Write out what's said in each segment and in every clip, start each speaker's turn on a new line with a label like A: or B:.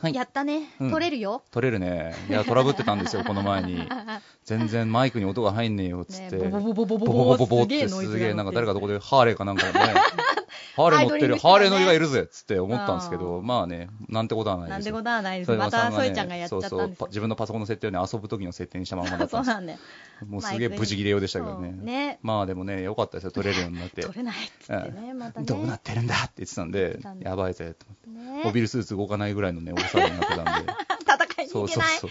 A: はい
B: やったね、
A: うん
B: 取れるよ。
A: 取れるね。いや、トラブってたんですよ、この前に。全然マイクに音が入んねえよ、つっ
B: ね
A: て。
B: ボボボ
A: ボ
B: ボボボボ
A: ボボボボっ
B: すげ
A: て
B: えノイ
A: す
B: ズが
A: げえ、な
B: 乗
A: ん
B: っ
A: か
B: て
A: 誰
B: る
A: かどこでハーレーかなんかね、ハーレー乗ってる、ハーレー乗りがいるぜっつって思ったんですけど、まあね、なんてことはないです。
B: なんてことはないです。
A: 添
B: ま
A: 山さ
B: た
A: んが
B: ソ
A: ね
B: イちゃんがやっちゃった
A: そうそ
B: ん
A: う
B: です
A: パ
B: よ。
A: 自分のパソコンの設定をね、遊ぶ時の設定にしたまんまだった
B: そうん
A: です
B: なんだよ。
A: もうすげえブチギレ用でしたけどね。
B: そうね
A: まあでもね、良かったですよ、取れるようになって。
B: 取れないっつってね、またね。
A: どうなってるんだって言ってたんで
B: 言ってたん、だ
A: やばいぜと思って、モ
B: ね
A: ビルスーツ動かないぐらいのね、大騒ぎになってたんで。
B: 戦いに
A: そ
B: 行
A: う
B: け
A: そう
B: ない。
A: そう。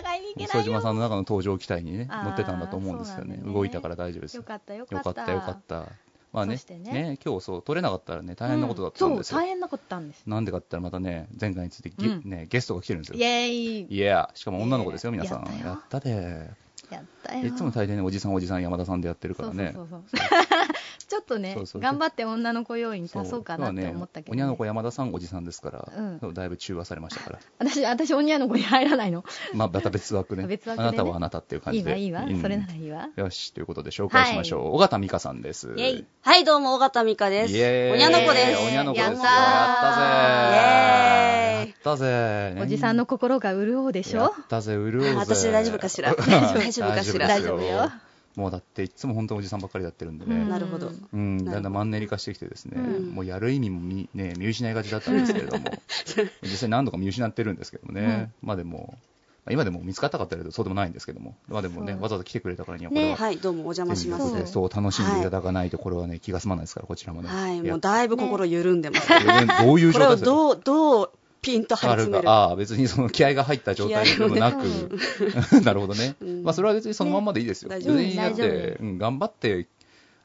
B: 戦いに行けな
A: 副
B: い
A: 島さ
B: よ。
A: んの中の登場期待にね
B: あー
A: 乗ってたんだと思うんですよね
B: そうなんだね
A: 動いたから大丈夫です
B: よ
A: よ
B: かったよか
A: よ
B: っ
A: か
B: た。
A: ったよかったまあね
B: そしてね
A: 今日そう取れなかったらね大変なことだったんですよ、
B: そう、大変なことだったんです。
A: なんでかって言ったらまたね前回についてぎ、
B: うん
A: ね、ゲストが来てるんです
B: イ
A: よ
B: ェーイ。
A: いやしかも女の子ですよ、
B: いや
A: 皆さん
B: や
A: や
B: っ
A: ったで
B: やったよ。
A: いつも大抵ねおじさんおじさん山田さんでやってるから
B: そうそう
A: ね
B: そうそう。ちょっとね
A: そうそう
B: 頑張って女の子要員足そうかなって
A: 今日は
B: 思ったけど、
A: ね、おにゃの子山田さんおじさんですから、
B: うん
A: そうだいぶ中和されましたから
B: 私、私、おにゃの子に入らないの。
A: まあまた別枠ね
B: 別枠で
A: あ
B: ね
A: なたはあなたっていう感じ
B: いいわ、
A: で
B: いいわ、
A: うん
B: それならいいわ。
A: よしということで紹介しましょう、尾形美香さんです
B: イェイ
C: はい、どうも、尾形美香です。
A: イエーイ
C: おにゃのこです。
A: おにゃのこですよ。やっ
B: やったた
A: ぜ
C: イエーイ
A: やったぜ
B: おじさんの心が潤うでし
A: や
B: ょ
A: ったぜ、潤うぜ。
C: あ私大丈夫か しら
A: うん
C: 大丈夫かしら
A: 大丈夫です
B: 大丈夫よ
A: もうだっていつも本当におじさんばっかりやってるんで
B: うん
A: ね。
C: なるほど。
A: うん、だんだんマンネリ化してきてですね、
B: うん
A: もうやる意味もみ、ね、見失いがちだったんですけれ ども、実際何度か見失ってるんですけどもね、まあでも、まあ今でも見つかったかって言われるとそうでもないんですけども、まあでもね、
B: そう
A: わざわざ来てくれたからには、これは、
C: はい、どうも、お邪魔しま
A: 手に入れて
C: す。
A: そう楽しんでいただかないと、これはね、気が済まないですから、こちらもね。
C: はい、
A: や
C: もうだいぶ心緩んでます。
A: どういう
C: これ
A: 状態
C: を
A: ですか
C: どう、どう、ピンと張り
A: ある
C: 詰める
A: が、ああ、別にその気合が入った状態でもな
B: 気合を
A: く、なるほどね、
C: うん
A: まあそれは別にそのまんまでいいですよ、
C: ね
A: 別にだっ
B: うん大丈
A: て、うん、頑張って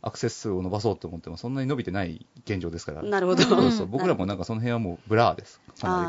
A: アクセス数を伸ばそうと思っても、そんなに伸びてない現状ですから、
C: なるほど。
A: そううんそう僕らもなんかその辺はもうブラーです、かな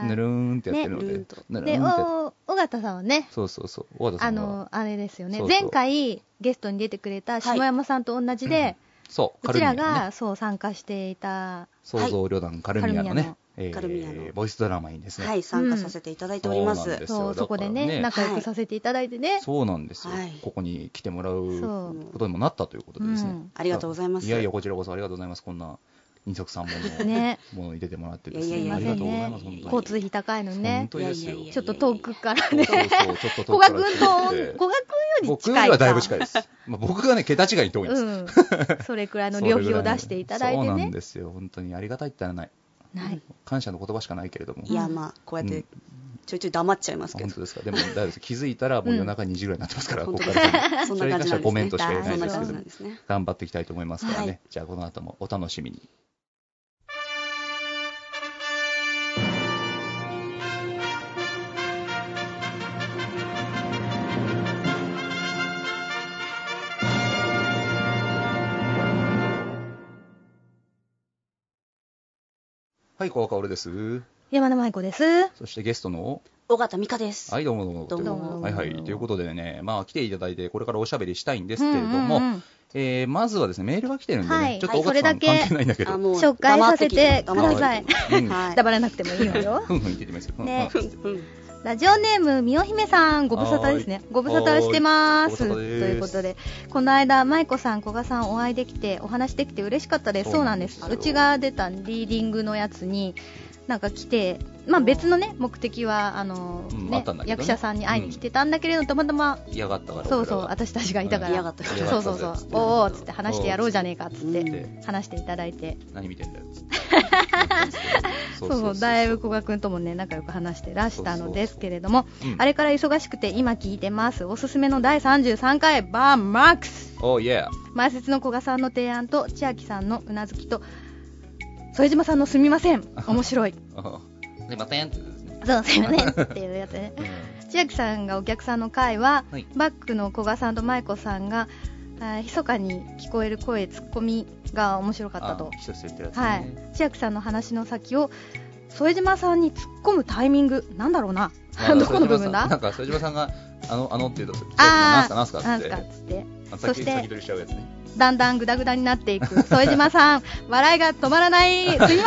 B: あ
A: りこう、
B: ー
A: ぬるーんってやってるので、
C: ね
A: ぬる
B: で、
A: ーんって、
B: お、尾形さんはね、
A: そうそうそう、小和田さ
B: あ
A: んは、
B: の、あれですよね
A: そうそう
B: 前回ゲストに出てくれた下山さんと同じで、
A: そう、
B: うちら
A: カルミアの
B: が、
A: ね、
B: そう、参加していた、
A: 創造旅団カルミアのね、えー
C: カルミアの
A: ボイスドラマにですね、
C: はい、参加させていただいておりま
A: そうなん
C: す
A: で。すよ
B: そう、そこでね
A: だからね
B: 仲良くさせていただいてね。
A: そうなんですよ、
C: はい
A: ここに来てもらう
B: そ
A: ことにもなったということでですね、
B: うん
C: ありがとうございます
A: いやいやこちらこそありがとうございますこんな二足三本の
B: ね
A: ものに出てもらってですね
C: いやいや
A: あ
C: い
A: り
C: や
A: がとうございます
C: いやいやいや
A: 本
B: 交
A: 当に
B: 通費高いのにね
A: 本。当ですよ
C: いやいやいや
B: ちょっと遠くから
A: そう
B: ね。
A: そうちょっ と遠く
B: 古賀君と、
A: から来て
B: 古賀君より
A: 僕
B: 近い
A: よ
B: か。
A: りはだいぶ近いです、まあ、僕がね桁違いに遠いんです、
B: うん。それくらいの料
A: 料
B: 費を出していただい
A: そ
B: て
A: うなん
B: ね。
A: ですよ本当にありがたいってならない
B: ない。
A: 感謝の言葉しかないけれども
C: いや、まあ、こうやって、ちょいちょい黙っちゃいます
A: あ
C: け
A: 本
C: ど。
A: 当ですかでも大丈夫です気づいたらもう夜中2時ぐらいになってますから、
C: 本
A: こ
C: 当
A: こ
C: で
A: か
C: す
A: ら
C: ね。そんな感じ
A: それに関して
C: な
A: は
C: ん
A: コ
C: です
A: メン
C: ね
A: ト。しか言えない
C: そん
A: で
C: な
A: すけど
C: 感
A: も
C: じなんですね。
A: 頑張っていきたいと思いますからね、
C: はい
A: じゃあこの後もお楽しみにはい、小川薫です。
B: 山田舞子です。
A: そしてゲストの、
C: 尾形美香です。
A: はい、どうもどうも
C: どうも
A: ということで
B: どうも
A: はいはい、ということでね、まあ来ていただいて、これからおしゃべりしたいんですけれども、
B: うんうん
A: えーまずはですね、メールが来てるんでね、
B: はい
A: ちょっと
B: はい
A: 岡さん
B: それだけ
A: 関係ないんだけど。
C: あ
B: う
C: も
B: ん紹介させてく
C: 黙
B: だ
C: って
B: さい。
A: うん
C: はい
B: 黙らなくてもいい のよ。
A: ふんふん言ってみますよ。ふんふん
B: ね
C: うんうん
B: ラジオネーム、みおひめさん、ご無沙汰ですね。ご無沙汰してま
A: は
B: す。
A: いご
B: と
A: 無沙汰です
B: いうことで、この間、舞子さん、古賀さん、お会いできて、お話できて嬉しかったです。
A: そ
B: そうう
A: な
B: なんん
A: で
B: ですす。
A: よ
B: うちが出たリーディングのやつに、なんか来て、まあ別のね、目的は、あの、
A: うんあっ
B: ね
A: たんだけどね
B: 役者さんに会いに来てたんだけれど、たまたま、
A: 嫌がったから。
B: そう
A: 俺ら
B: そう、
A: が
B: 私たちがいたから、
C: 嫌がったから
B: そうそうそう、おーおーっつって話してやろうじゃねえかっつっ
C: うん
B: て、話していただいて、
A: 何見てんだよっ つって。
B: そうそう、だいぶ古賀くんともね、仲良く話してらしたのですけれども、
A: うん
B: あれから忙しくて今聞いてます。おすすめの第33回バーンマックス。
A: おー、イエー。
B: 前説の古賀さんの提案と千秋さんのうなずきと副島さんのすみま せん。面白い。
A: あで、またやんってことですね。
B: そう、すみません。っていうやつね。千秋さんがお客さんの回は、
A: はい
B: バックの古賀さんと舞子さんが、あー密かに聞こえる声、ツッコミが面白かったと
A: あ。一つ言ってるやつね。
B: はい、千秋さんの話の先を副島さんに突っ込むタイミングなんだろうな どこの部分
A: なん
B: だ
A: か、副島さんが、あの、あのって言うと、
B: あー
A: なんすか、なんすか
B: な
A: っ
B: ん
A: つって
B: すかっつって
A: あ、先
B: そして
A: 先取りしちゃうやつね。
B: だんだんグダグダになっていく副島 さん笑いが止まらないすいませんって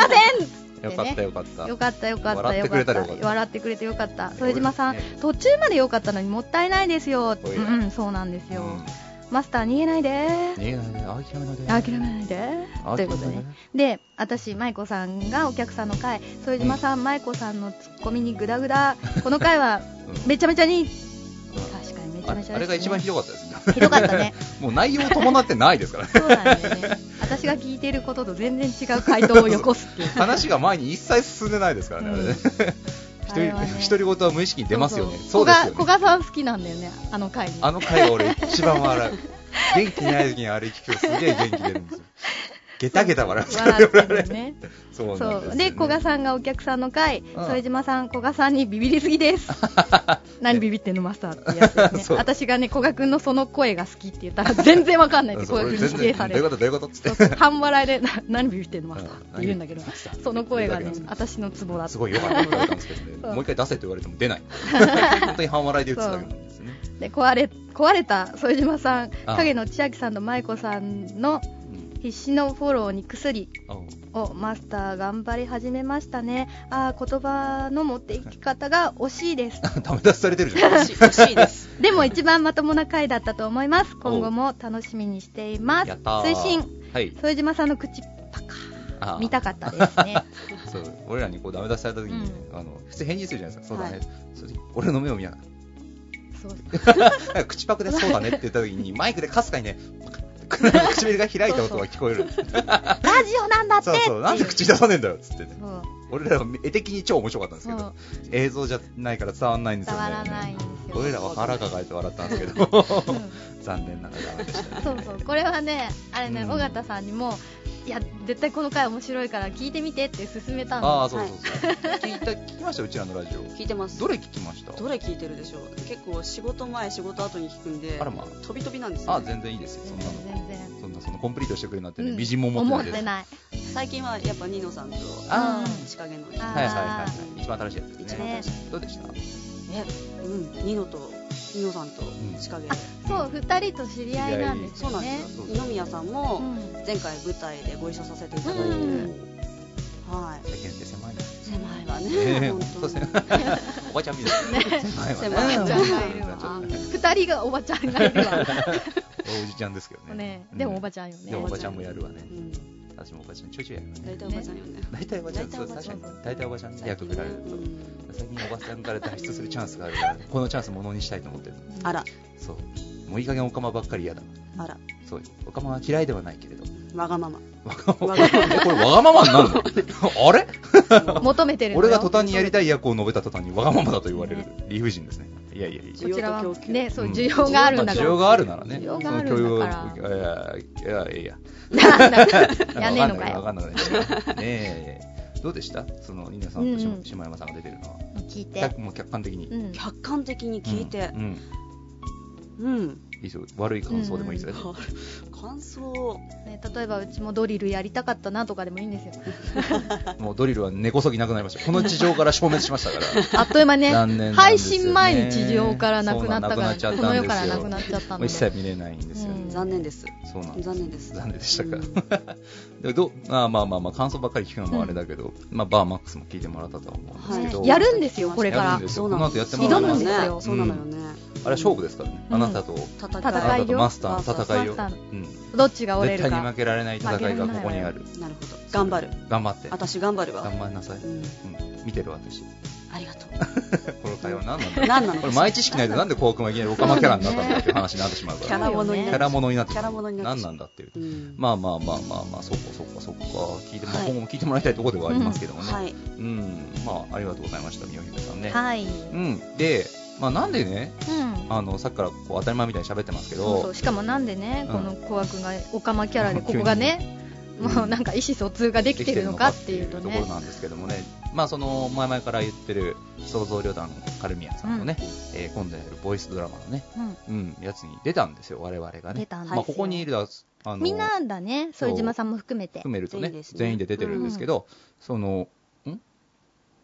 B: ね
A: よかった、よかった。
B: よかったよかった
A: 笑って
B: よ
A: く
B: か
A: れ
B: った
A: ら
B: た
A: よかった
B: 笑ってくれてよかった
A: ね
B: 副島さん
A: 俺
B: 途中までよかったのにもったいないですよ
A: おい
B: うんそうなんですよ
A: うん
B: マスター逃げないで
A: 逃げないで諦めないで
B: 諦めないで
A: 諦めない
B: ということでねで私舞子さんがお客さんの回副島さん舞子さんのツッコミにグダグダこの回は
A: うん
B: めちゃめちゃに
A: うん
B: 確かにめちゃ
A: あ
B: めちゃ
A: あれが一番ひ
B: ひ
A: どかったですね
B: ひどかったね
A: もう内容伴ってないです からね
B: そうなんだよね私が聞いてることと全然違う回答をよこすっていう
A: 話が前に一切進んでないですからね、あれね
B: あれはね
A: 独り言は無意識に出ますよね、
B: そうそう
A: そうですよね、
B: 古賀古賀さん好きなんだよねあの回ね
A: あの回が俺、一番笑う、 元気ない時にあれ聞くとすげえ元気出るんですよ、ゲタゲタ笑うんですからね
B: 笑っ、
A: 俺
B: て
A: あ
B: るよ
A: れ、
B: ね
A: そうなんです
B: そ
A: よ
B: う
A: ね、
B: で古賀さんがお客さんの回
A: ん
B: 副島さん古賀さんにビビりすぎです 何ビビってんのマスターってやつですね
A: そう
B: 私がね古賀君のその声が好きって言ったら全然わかんないって
A: そう
B: 古
A: 俺
B: 賀君に
A: 全
B: 否定
A: 然
B: さ
A: ど
B: れ
A: ういう
B: る
A: こと、どういうことっつ
B: そう
A: っ
B: そう
A: て、
B: 半笑いでな何ビビってんのマスターって言うんだけど
A: うん何ビビってんの
B: その声がね
A: それだけなんです
B: 私のツボだった
A: すごいよかったって言われたんですけどね、
B: そう
A: もう一回出せと言われても出 ない、本当に半笑いで打つだけなんですね。
B: で壊れ壊れた副島さん
A: あ
B: 影の千秋さんと舞子さんの
A: うん
B: 必死のフォローに薬
A: あうん
B: をマスター頑張り始めましたねああ言葉の持っていき方が惜しいです
A: ダメ出しされてる じゃん。
C: 惜しい惜しい です。
B: でも一番まともな回だったと思います今後も楽しみにしています
A: やったー
B: 推進。
A: はい。
B: 副島さんの口パカ
A: あー
B: 見たかったです ね
A: そう俺らにこうダメ出しされた時にね、あの普通返事するじゃないですか、そうだね、その時俺の目を見なが
B: そう
A: ら、口パクで そうだねって言った時に、マイクでかすかにね、パカッて唇が開い た音が聞こえるんですよ
B: ラジオなんだって
A: そうそう、なんで口出さねえんだよっつってね、
B: そう
A: 俺らは絵的に超面白かったんですけ
B: そ
A: ど
B: う、
A: 映像じゃないから伝わらないんです
B: 伝
A: よね、
B: わらないんですよ
A: 俺らは腹抱えて笑ったんですけど、
B: うん
A: 残念ながらでしたね。
B: そうそう、これはね、あれね、
A: うん
B: 尾形さんにも、いや、絶対この回面白いから聞いてみてって勧めた
A: あ
B: の。
A: あ、そうそうそう、聞いた聞きました、うちらのラジオ、
C: 聞いてます。
A: どれ聞きました
C: どれ聞いてるでしょう。結構仕事前仕事後に聞くんで
A: あら、ま
C: 飛び飛びなんです
A: あ、
C: よ
A: あ
C: ね。
A: 全然いいですよ、そ
B: 全
A: んなの。
B: 然。
A: そんなそのコンプリートしてくれるなんて
B: う
A: ね、
B: ん
A: 美人も思
B: 思
A: っ
B: って
A: ない
B: て
A: です。
B: ない。
C: 最近はやっぱニノさんと
A: あ
B: うん
C: 仕掛けの
B: あ
A: はいはいはいはい。一番新しいやつです
C: 一
A: ね。
C: 番
B: ね
C: 楽しい。
A: どうでした？
C: え、うん、ニノとニノさんと
A: ん
C: 仕掛け
B: あ。、そう、二人と知り合いなんですよ
C: そうなん
B: ね
C: で。すよ。
A: ね
C: 二宮さん
B: う
C: も
B: ん
C: 前回舞台でご一緒させていただいて、
B: うん
C: はい。
A: 世間って狭 いね。
C: 狭いわ
A: ね
C: ね。
A: え
C: 本
A: そうで
C: 当
A: す
C: に
A: ね。おばちゃんみたいな。狭いわね。
B: おば
C: 狭い
B: ちゃんがいるわ。二人がおばちゃんがい るわ。
A: おじちゃんですけどね
B: ね。、でもおば
A: ち
B: ちゃんよ
A: ゃ
B: ね。
A: でもおば
C: ば
A: ち
C: ち
A: ゃ
C: ゃ
A: ん
C: ん
A: もやるわね。
C: うん。
A: 私もおばちゃんちょいちょいやるわね。
C: 大体おばちゃんよね。
A: 大体おばちゃん、そう確か
C: 大体おばちゃん
A: に。大体おばちゃんに
C: 最
A: 役
C: 近
A: 振ら
C: ね
A: れる
C: う
A: と。
C: ん
A: 最近おばちゃんから脱出するチャンスがあるから、このチャンスものにしたいと思ってる。
C: あら、
A: そう。もういい加減おかまばっかり嫌だ。
C: あら、
A: そう。おかまは嫌いではないけれど。
C: わがまま。
A: えこれわがままになるの あれ
B: 求めてるのよ。
A: 俺が途端にやりたい役を述べた途端にわがままだと言われる理不尽ですね。いやいやいや。
B: こちらは
C: 需要と供給
B: ね、そう、
A: うん
B: 需要があるんだか
A: まあ需要
B: ら。
A: があるならね。
B: 需要があるんだから
A: その許容いやいやいや
B: なんだ
A: いや。
B: やんねえのか
A: わ
B: よ。
A: かんないわかんないねえ。どうでしたその、ニナさんとし
B: うんうん
A: 島山さんが出てるのは。
B: 聞いて
A: 客。もう客観的に。
B: うん。
C: 客観的に聞いて
A: う、ん。うん
C: うん、
A: いいですよ。悪い感想でもいいですよ。
C: 感想、
B: ね、例えばうちもドリルやりたかったなとかでもいいんです よ。
A: もうドリルは根こそぎなくなりました。この地上から消滅しましたから。
B: あっという間 ね、
A: 残念なん
B: 配
A: ですよね
B: 信前に地上からなくなったか
A: そうんな
B: ら、
A: くなっちゃったん
B: こ
A: ですよ
B: の世からなくなっちゃった
A: もう
B: の
A: 一
B: で。
A: 切見れないんですよね。
B: うん
C: 残念です。
A: そうなんです
C: 残念です。
A: 残念でしたか
C: うん。
A: でどまあまあまあまあ感想ばっかり聞くのもあれだけど、まあバーマックスも聞いてもらったとは思うんですけど、
C: はい
B: やるんですよ、これ
A: や
B: か
A: るん
B: ら
A: で。す
C: そ
A: よ
C: う
A: こ
C: な
A: の
C: の
A: 後やってもら
B: 挑
A: わない
B: むん
A: と
B: ですよ
C: そうなのよね。
A: あれは勝負ですからね、
B: うん
A: あなたとあ
B: 戦
A: ないたとマスターの戦い
B: マ
A: を、
B: スターの
A: うん、
B: どっちが折れ
A: 絶
B: る
A: 対に
B: か
A: 負。けられない戦いがここにある
C: なるほど。頑張る。
A: 頑張って
C: 私頑張るわ
A: 頑。張りなさい、
C: う。
A: うんん、見てる私
C: ありがと
A: この会話何なんだ
C: う。何なの
A: これ前知識ないとなんで小くんがいきなりオカマキャラになったんだっていう話になってしまうか
C: キ
A: ら、
C: ャ
A: ね、
C: ラものに
A: キ
C: な
A: ャラものになって
C: キャラものになっ
A: 何
C: て
A: なんだっていう
C: うん
A: まあまあまあまあまあそっかそっかそっか聞いても、
C: はい
A: 今後も聞いてもらいたいところではありますけどもね、
C: はい。
A: うん、まあ、ありがとうございました、みよひめさんね。
B: はい。うん。
A: うん、で、まあ、なんでね、あの、さっきからこう当たり前みたいに喋ってますけど、
B: そうそうしかもなんでね、
A: うん
B: この小悪がオカマキャラでここがね、
A: 急に
B: もうなんか意思疎通ができてるのかっていうと
A: できてるのかっていうところ、
B: ね
A: なんですけどもね、まあ、その、前々から言ってる、創造旅団のカルミアさんのね、えー今度やるボイスドラマのね、
B: うん、
A: うん、やつに出たんですよ、我々が
B: 出
A: ね。
B: たんですよ、
A: まあ、ここにいる、あの、
B: みんなだね、
A: そう
B: 副島さんも含めて。
A: 含めるとね、
C: 全員ですね
A: 全員で出てるんですけど、その、ん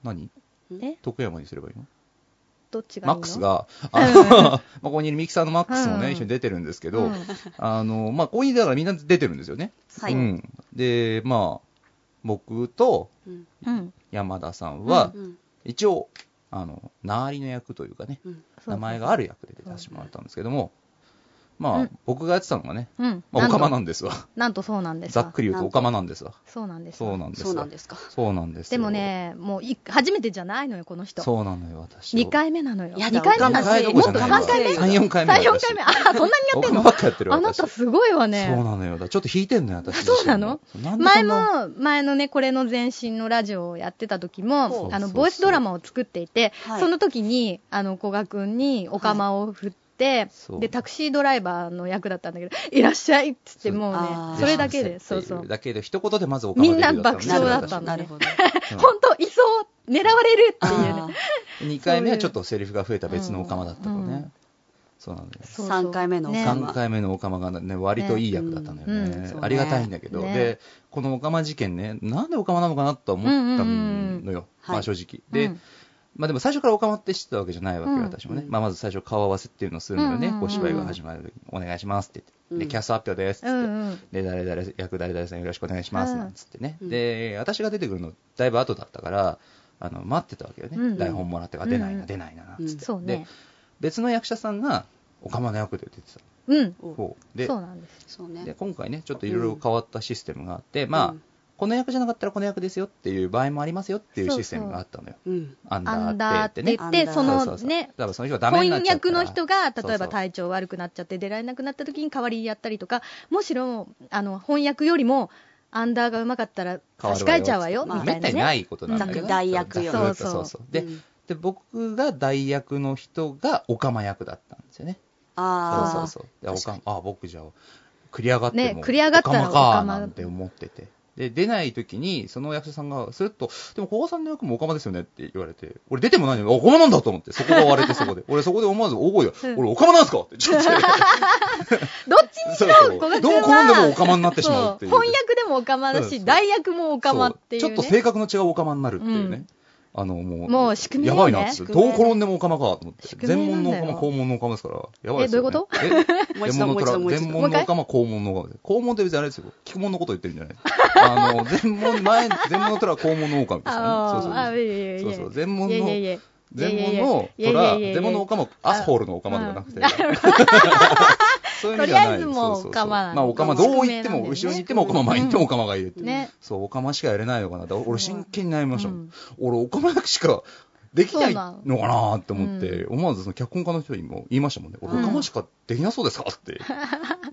A: 何
B: え
A: 徳山にすればいいの
B: どっちがいい
A: マ
B: の
A: ックスが、あ のまあここにいるミキサーのマックスも
B: うんう
A: ね、
B: ん
A: 一緒に出てるんですけ
B: う
A: ど
B: ん、
A: あの、まあ、ここにだからみんな出てるんですよね。
C: はい。
A: う
C: うん
A: ん。で、まあ、僕と
B: うん、
A: 山田さんは、
C: うん
A: 一応、あの、なーりの役というかね、
C: うん
B: そう
A: 名前がある役で出してもらったんですけども、ま
B: う
A: あ
B: ん、
A: 僕がやってたのがね、
B: うん。
A: まあ、オ
B: なんと
A: カマなんですわ。
B: なんとそうなんです
A: ざっくり言うとオカ
B: マ。
A: マなんですわ。
B: そうなんですわ
A: そうなんです
C: そう
A: わ
C: なんですか。
A: そうなんですよ
B: でも、ね、もうい初めてじゃないのよ、この人。
A: そうなのよ、私は。
B: 2回目なのよ。
C: やだ
B: 2回目だ
A: オカマ
B: し、
A: ど
B: も
A: ころ
B: っ
A: じ
B: と
A: ゃない
B: 3
A: わ
B: 回目
C: 三
A: 3、4回目だ
B: 3、
A: よ。
B: 4回目。あ、そんなにや
A: オ
B: って
A: カ
B: ん
A: マ
B: の
A: ばっかやってるよ
B: あな
A: 私
B: たすごいわ
A: そう
B: ね。
A: なのよ。だからちょっと引いてんのよ、私。
B: そうなの
A: 自身も
B: 前。
A: なんで
B: も、前のね、これの前身のラジオをやってた時
C: そ
B: も
C: う、
B: あの、
A: そうそうそう
B: ボイスドラマを作っていて、
C: はい
B: その時に、あの、古賀くんにオカマを振って、
A: そう
B: で、タクシードライバーの役だったんだけど、いらっしゃいっつって、もう
C: あ
B: ね
C: ー、
A: そんな
B: それだけで、
A: 自
B: そう
A: 身
B: そ。
A: のせいっていうだけで、一言でまずオカマデビューだったのね
B: みんな爆笑だったの
C: なるほど。
A: うん
B: 本当いそう、狙われるっていう ね
C: あ。
A: 2回目はちょっとセリフが増えた別のオカマだったと
B: うんう
A: ね
B: ん。
A: そうなのよ。
B: そうそう
C: 三回目のオ
B: ね
C: カマ
A: 3回目のオカマがね、割といい役だったのよ
B: ねうん
A: ね
C: う。ん
A: ありがたいんだけど、
B: そうね
A: で、このオカマ事件ね、なんでオカマなのかなとは思ったのよ、
C: うん
A: まあ正直。で、
B: うん
A: まあでも最初からオカマって知ってたわけじゃないわけよ、
B: うん
A: 私もね。
C: うん
A: まあまず最初顔合わせっていうのをするのよ
B: う
A: ね
B: ん。
A: こう芝居が始まる時に、お願いしますって言って。
C: うん
A: で、キャスト発表ですっ
B: うん
A: つって。
B: うん。
A: で、誰々、役誰々さんよろしくお願いします
B: うん
A: なんつってね。
C: うん
A: で、私が出てくるのだいぶ後だったから、あの、待ってたわけよね。
B: うん
A: 台本もらって、あ、出ないうな、
B: ん
A: 出ないな、なんつって。
C: うん
B: そうね。
A: 別の役者さんが、オカマの役で出てた。
B: うん。
C: お
A: ほうで
B: そうなんです。
C: そう
A: で
C: ね。
A: 今回ね、ちょっといろいろ変わったシステムがあって、まあ、
C: うん
A: この役じゃなかったらこの役ですよっていう場合もありますよっていうシステムがあったのよ。
C: うん。
A: アン
B: ア
A: ダー
B: ンダー
A: っ
B: ってて
A: ね
B: 言
C: アンダー
B: っ
C: って
B: て、
C: ね
B: そ
A: そう
B: の
A: そうそう
B: ね、
A: だからその人はダメ
B: 婚
A: になっ
B: 姻
A: ちゃうか
B: 役
A: ら
B: の人が、例え
A: そうそ
B: ば
A: う
B: 体調悪くなっちゃって出られなくなった時に代わりやったりとか、むしろ、あの、翻訳よりも、アンダーがうまかったら
A: 変
B: 差
A: わ
B: し
A: る
B: 替
A: わ
B: えちゃうわよ、
A: まあ
B: みた
A: め
B: い
A: った
B: な
A: にな
B: ね。
A: いことなんだけど。
C: うん代役よ
A: そうそうそう
B: そ
A: そう。で、
C: うん
A: で僕が代役の人がオカマ役だったんですよね。そ
C: あ
A: う
C: あ。
A: そうそう。でオカマあ、僕じゃあ、繰り上がって
B: ね
A: も、
B: 繰り上がったら
A: オカマ
B: オ
A: か
B: カマ
A: なんて思ってて。で、出ない時に、その役者さんが、すると、でも、古賀さんの役もオカマですよねって言われて、俺出てもないのに、あオカマなんだと思って、そこが割れてそ こで。俺そこで思わず大声で、
B: うん
A: 俺オカマなんすかって、ちょっと。
B: どっちにし
A: そうそ
B: ろ、
A: う
B: 古賀
A: ど
B: 君
A: う
B: は。
A: 転んでもオカマになってしまうっていう
B: そ翻訳でもオカマだ
A: そうそう
B: し、代役もオカマってい
A: そうう
B: ね。
A: ちょっと性格の違うオカマになるっていうね、あのもう
B: もう仕組みだ
A: や
B: よ
A: ばい
B: ね
A: なっつって
C: 宿命
A: どう転んでもオカマかと思って
B: 宿命
A: 全
B: な
A: 門
B: ん
A: の
B: だ
A: オ
B: よ
A: カマ肛門のオカマですからやばいですよ、ね、
B: えどう
A: いうこと
C: もう
A: 全
C: 一度、
A: 門の
C: もう一
A: 虎
C: 度、もう一
A: 全
C: 度。
A: 門のオカマ肛門のオカマ肛門って別にあれですよ聞く門のこと言ってるんじゃないあの全門前全門の虎は肛門のオカマです
B: あ
A: か
B: ー
A: ら
B: あ、い
A: ね
B: えいえいえ
A: そうそうそうそう全門
B: いえいえ
A: の
B: いえ
A: 全
B: いや
A: 門
B: いや
A: の
B: いやいや
A: 虎
B: いやいや
A: 全門のオカマアスホールのオカマではなくて そういう意味じ
B: とり
A: ゃ
B: あ
A: な
B: え
A: い
B: ずもう
A: そうそうそう
B: オカマなんだ
A: まあオカマどう言って
B: 宿命なんだよ
A: も
B: ね
A: 後ろに行ってもオカマ前に行ってもオカマがいるっていう
B: ね。
A: そう、オカマしかやれないのかなって、俺
B: すごい
A: 真剣に悩みましたも
B: うん
A: ん。俺、オカマ役しかできない
B: そうな
A: の
B: の
A: かなって思って、
B: う
A: 思わずその脚本家の人にも言いましたもんね。俺、
C: うん
A: オカマしかできなそうですか って。い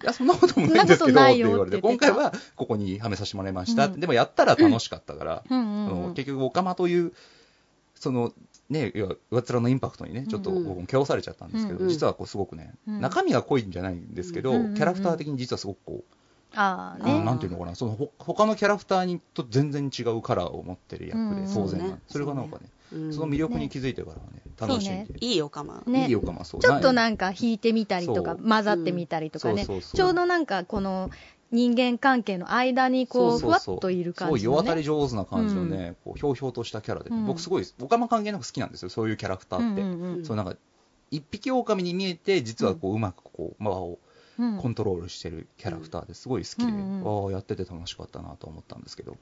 A: や、そんなこともないんですけ
B: そん
A: ど、
B: な
A: っ
B: ことな
A: て
B: いよ
A: 言われて、
B: って
A: 今
B: 言ってた
A: 回はここにはめさせてもらいました。
B: うん
A: でもやったら楽しかったから、
B: うん
A: あ
B: うんう
A: の
B: ん
A: 結局、オカマという、その、ね、要は上っ面のインパクトにね、ちょっと
C: うん
A: 僕も蹴落されちゃったんですけど、
C: うん
A: 実はこうすごくね、
B: うん
A: 中身が濃いんじゃないんですけど、
B: うんうんうん
A: キャラクター的に実はすごくこう、
B: ああ
A: あの
B: ね。
A: なんていうのかな、そのほ他のキャラクターにと全然違うカラーを持ってる役
B: う
A: で、当
B: ん
A: 然
C: そう
A: な
C: ね、
A: それがなんかね、
C: うん
A: その魅力に気づいてからはね、楽しんで、
C: いいオカマ。
B: ね
A: いいよかまそう
B: ちょっと
A: い
B: なんか弾いてみたりとか、
A: そう
B: 混ざってみたりとかね、
A: そうそうそう
B: ちょうどなんかこの人間関係の間にこう、ふ
A: そ
B: わ
A: そ
B: っ
A: そ
B: といる感じ
A: そう、
B: の
A: 世当た
B: ね。
A: り上手な感じのね、こうひょうひょうとしたキャラでね、
B: うん
A: 僕すごい、オカマ関係なく好きなんですよ、そういうキャラクターって。
B: うんうんうん
A: そうなんか一匹狼に見えて、実はこううまくこう間を
B: うん
A: コントロールしてるキャラクターですごい好きで、
B: うんうん
A: ああやってて楽しかったなと思ったんですけど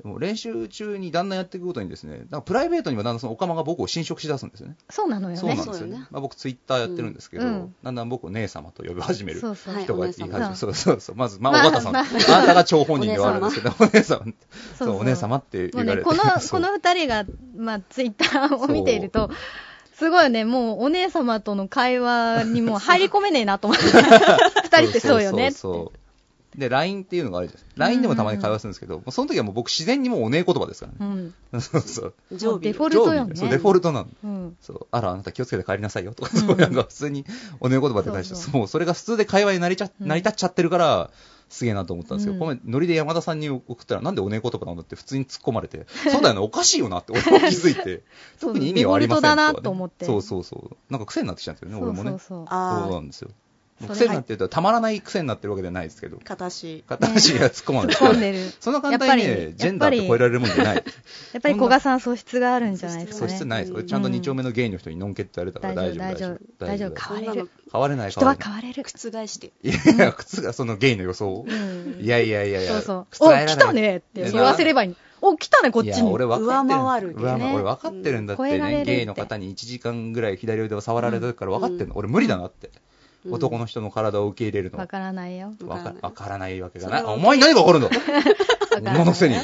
A: でも練習中にだんだんやっていくことにですねなんかプライベートにもだんだんそのオカマが僕を侵食しだすんですよね
B: そうなのよ
A: そう
B: ね
A: なんで。す
C: そ
A: よ
C: う
A: ね
C: よね
A: まあ、僕ツイッターやってるんですけど、
B: うん
A: だんだん僕を姉様と呼び始める
B: そうそう
C: はい
A: 人がい始め
B: はいお姉様
A: そうそうそうまず、まあ、
B: まあ
A: 尾形 さん、
B: まあ
A: あ、なたが張本人ではあるんですけどお姉様ってそうお姉様って
B: もう
A: 言わ
B: ね、
A: れて
B: この、
A: そ
B: こ
A: う
B: の二人が、まあ、ツイッターを見ていると、すごいね、もうお姉様との会話にもう入り込めねえな と思って、二人ってそうよねって。
A: そうそうそうで LINE っていうのがあるじゃないですか LINE でもたまに会話するんですけど、もうその時はもう僕自然にもうお姉言葉ですからね、
B: うん。
A: そうそう
C: 常備。
B: デフォルトよ
A: 常備
B: ね。
A: そうデフォルトなの
B: うん。
A: そうあらあなた気をつけて帰りなさいよとか、
B: うん
A: そういうなんか普通におね言葉で返して
B: そうそう
A: もうそれが普通で会話になりちゃ
B: うん
A: 成り立っちゃってるから、すげえなと思ったんですけど、
B: うん
A: ごめんノリで山田さんに送ったらなんでおね言葉なのって普通に突っ込まれ てそうだよねおかしいよなって俺も 気づいて
B: そう
A: 特に意味はありません
B: デフ
A: か
B: ォルトだな
A: ら
B: と思って
A: そうそうそうなんか癖になってきちゃうんですよね
B: そう
A: 俺
B: そ
A: も
B: う
A: ね
B: そう。
C: あ
A: そう
C: あ
A: な、んですよ
B: それ
A: 癖になってるとたまらない癖になってるわけじゃないですけど
C: 片足。
A: 片足が突っ込まない、
B: 突っ込んでる。
A: そんな簡単に
B: やっぱ
A: ね
B: り
A: ジェンダーって超えられるもんじゃない
B: やっぱり古賀さん素質があるんじゃないですか
A: 素
B: ね。
A: 質ないです
C: うん
A: ちゃんと2丁目のゲイの人にのんけって言われたから
B: 大
A: 大
B: 丈夫、大
A: 丈夫
B: 丈夫、大丈夫、
A: か
C: そん
B: 変
C: な
B: われ
C: の
B: る。
A: 変われない
B: 人は
A: 変
B: 変われる。
C: 覆して。
A: われないいや靴がそのゲイの予想を
B: うん
A: いやいやいやいや
B: そうそ
A: 覆
B: う。お、
A: らない
B: 来たねって言わせればいい。お、来たね、こっち
A: い
B: に。
A: や俺分かって
C: 上回る
A: る
C: ね
A: 上回俺分かってるんだって
B: 超えられる
A: ね
B: って
A: ゲイの方に1時間ぐらい左腕を触られたから分かってるの俺無理だなって
C: うん
A: 男の人の体を受け入れるの。
B: わからないよ。
A: わかわからないわけがない。
C: それ
A: あ
C: は
A: お前に何がわかるんだ
B: からない
A: 女のくせ に。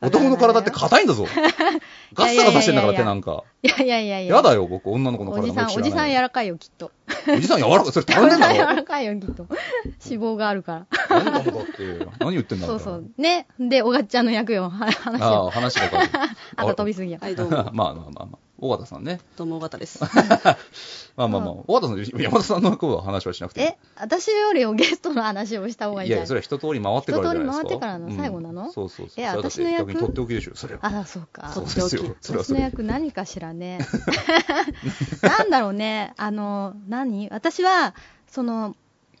A: 男の体って硬いんだぞ。ガッサガサしてんだから
B: いやいやいやいや
A: 手なんか。
B: いやいやいやいや。
A: やだよ、僕、女の子の
B: お
A: 体
B: じ
A: の
B: さん、
A: 知
B: お
A: ら
B: じさん
A: ない
B: 柔らかいよ、きっと。
A: おじさん柔らかい。それた
B: お
A: ん
B: じ
A: でん
B: さん柔
A: だろ。
B: らかいよ、きっ と。脂肪があるから。
A: 何だろうだって。何言ってんだ
B: そ
A: ろ
B: うそう。。ね。で、おがっちゃんの役よ、 は話
A: あ
B: を。
A: あ、話が変わる。
B: あんた飛びすぎや。
C: はい、どう
A: まあ
C: も。
A: まあまあまあ。尾形さんね。
C: どうも、尾 形です。
A: まあまあまあ。尾形さん、山田さんの方は話はしなくていい。
B: え、私よりもゲストの話をした方がい
A: い
B: いんじ
A: やい
B: ゃな
A: や、
B: い
A: それは一通り回ってからじゃないですか。
B: 一通り回ってからの
A: うん
B: 最後なの
A: そうそうそう。
B: え
A: それはだっ
B: 私の
A: て
B: 役
A: 逆にとっておきでしょ、それは。
B: あら、そうか。
A: そうですよ。それは
B: 私
A: そ
B: の
A: れ。
B: 役何かしらね。 なんだろうね。あの、何私は、その、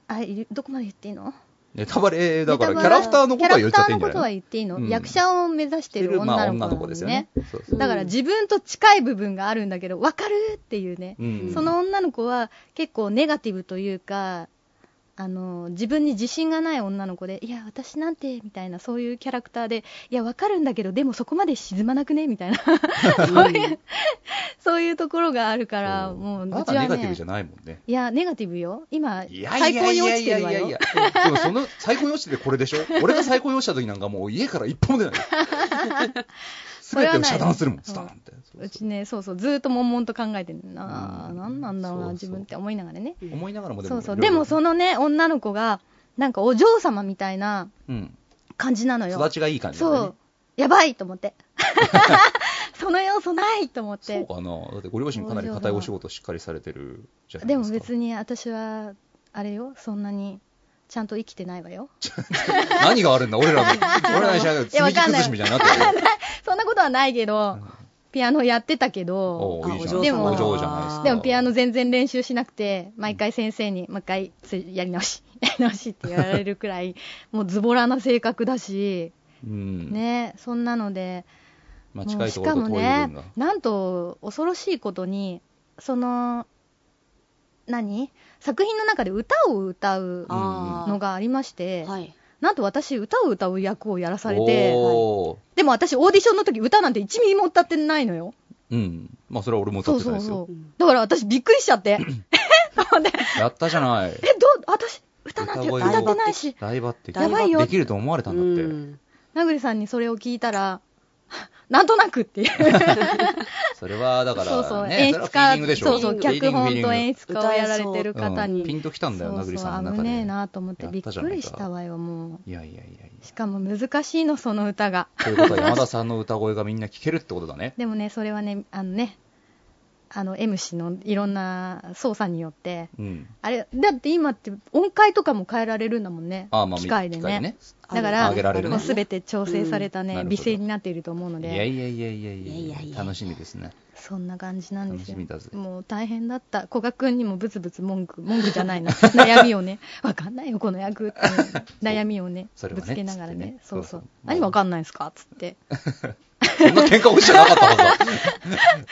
B: あ、いどこまで言っていいの
A: ネタバレだから、キ
B: ネ
A: ャ
B: タバ
A: ラ
B: レ
A: クターのことは言っちゃっていいんじゃ
B: キャラクターのことは
A: ない
B: 言っていいの、
A: うん
B: 役者を目指してる
A: まあ
B: 女の子
A: 女
B: なん
A: の子ですよね
B: ね。。
A: そうそう
C: うん
B: だから自分と近い部分があるんだけど、わかるっていうね。
A: うん
B: その女の子は結構ネガティブというか、あの自分に自信がない女の子で、いや、私なんてみたいな、そういうキャラクターで、いや、わかるんだけど、でもそこまで沈まなくねみたいな、 そういう、そういうところがあるから、
A: そう
B: もう、う
A: あな
B: ち
A: たネ
B: は
A: ガティブ
B: ね
A: じゃ、ないもんね。
B: いや、ネガティブよ、今、
A: いやい
B: 最
A: や
B: 高
A: い
B: に落
A: や
B: ち
A: い
B: て
A: や
B: る
A: い
B: わ
A: やいや
B: よ。。
A: でもその最高に落ちててこれでしょ俺が最高に落ちた時なんかもう家から一歩も 出ない。す
B: それ
A: べ
B: は
A: て
B: ない
A: を遮断するもん、スタンって。そう
B: う
A: そ
B: ちね、そうそう、ずーっと悶々と考えてるな、
A: うん
B: なんなんだろうな、
A: そうそう
B: 自分って思いながらね。
A: う思いながらもでも。
B: そうそう、でもそのね、女の子が、なんかお嬢様みたいな
A: うん。
B: 感じなのよ。
A: 育ちがいい感じだね。
B: そう。やばいと思 って。その要素ないと思っ
A: そう
B: て。
A: かな。だってご両親かなり固いお仕事しっかりされてるじゃない
B: で
A: で
B: も
A: すか。
B: 別に私は、あれよ、そんなに、ちゃんと生きてないわよ。
A: 何があるんだ 俺らの。俺らの社会、
B: いや
A: 積
B: わ
A: み木
B: かんな
A: 崩
B: い
A: しみたいになってるよ。
B: そんなことはないけど、ピアノやってたけ
A: お
B: ど、
A: ういいじゃん。
B: あお嬢様
A: お嬢じゃないですか。
B: でもピアノ全然練習しなくて、毎回先生に、もう一回つやり直し、 やり直しって言われるく らい、もうズボラな性格だし、
A: うん。
B: ね、そんなので、
A: まあ
B: も
A: 近
B: う
A: い
B: し
A: ところ
B: か
A: と
B: も
A: 遠い部
B: ね
A: 分が。、
B: なんと恐ろしいことに、その、何作品の中で歌を歌う
C: あー
B: のがありまして、
C: はい。
B: なんと私、歌を歌う役をやらされて、
A: おー
B: でも私、オーディションの時歌なんて1ミリも歌ってないのよ。
A: うん。まあそれは俺も歌
B: そ
A: っ
B: う
A: てたん
B: そ
A: で
B: う
A: すよ
B: そ。う。だから私、びっくりしち ゃって、え と思って
A: やったじゃない。
B: え、どう、私、歌なんて
A: 歌声
B: 歌
A: を
B: ってないし、
A: 大抜擢。
B: やばいよ
A: できると思われたんだって。
C: うん
B: なぐりさんにそれを聞いたら、 なんとなくっていう。
A: それはだから、ね、
B: そうそう、
A: れ
B: 演
A: は
B: 出
A: フィー
B: 家
A: リングでしょ。
B: そうそう、
C: フィ
A: ーリング
B: 脚本
A: フィー
B: と
A: リン
B: 演出家をやられてる方
A: うんピン
B: に。
A: ときたんだよ、なぐりさんの
B: そう
A: 中
B: そう危ねえ
A: で。
B: なと思って
A: や
B: び
A: っ
B: った
A: じゃな
B: く
A: いか
B: りしたわよも
A: いやいやいやいや。
B: うしかも難しいのその歌が
A: ということは山田さんの歌声がみんな聞けるってことだね。
B: でもねそれはねあのねあの M 氏のいろんな操作によって
A: うん。
B: あれだって今って音階とかも変えられるんだもんね
A: ああ、まあ、
B: 機械でねだか
A: あ上げられ
B: ら
A: るね
B: もうすべて調整された
A: うんな
B: ね
A: るほど
B: 美声になっていると思うの
A: いや
B: で
A: いやいやいやいや
C: いやいやいや
A: 楽しみですね。
B: そんな感じなんです
A: 楽
B: よ
A: しみだぜ
B: もう大変だった古賀君にもブツブツ文句文句じゃないな 悩みをねわかんないよこの役って 悩みをね
A: それは
B: ぶ
A: ね
B: つけながらね
A: つってね
B: そう
A: そ
B: そうう
A: そう
B: 何わかんないんすかつって
A: そんな喧嘩落ちじゃなかったはず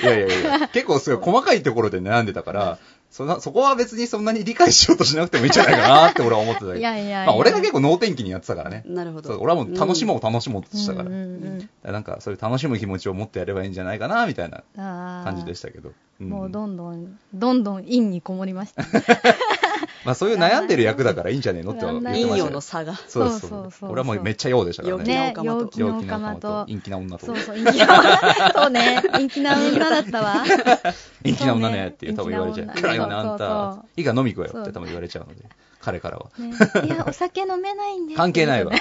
A: だ。いやいやいや、結構すごい細かいところで悩んでたから、そんなそこは別にそんなに理解しようとしなくてもいいんじゃないかなって俺は思ってたけど。
B: いやいやいや
A: まあ俺が結構能天気にやってたからね。
C: なるほ
A: そう
C: ど。
A: 俺はもう楽しも
C: ん。
A: う楽しもうってしたから。
B: うん
A: だか
B: うん
A: らなんかそういう楽しむ気持ちを持ってやればいいんじゃないかなみたいな
B: うん、あ
A: 感じで
B: し
A: したけど。
B: た
A: ん
B: もうどんどん、どんどん陰にこもりま した。
A: まあそういう悩んでる役だからいいんじゃねえのって言ってました
C: 陰
A: よ
C: 陽の差 が。
A: そう
B: そ
A: そ
B: うそうう
A: そ。
B: そうう
A: 俺はもうめっちゃ陽でしたからね。
B: ね
C: 陽、気な
B: 陽気の
C: オ
B: オカマ
A: と
B: と、
A: 陰気な女と
B: そうそう、陰気な、そうね、陰気な女だった わ。
A: 陰気な女ねっていう多分言われちゃう。
B: そうね
A: 暗いよね、あん
B: そうそう
A: た
B: そう。
A: いいから飲み行こうよって多分言われちゃうので、彼からは。
B: ね、いや、お酒飲めないんで。
A: 関係ない わ。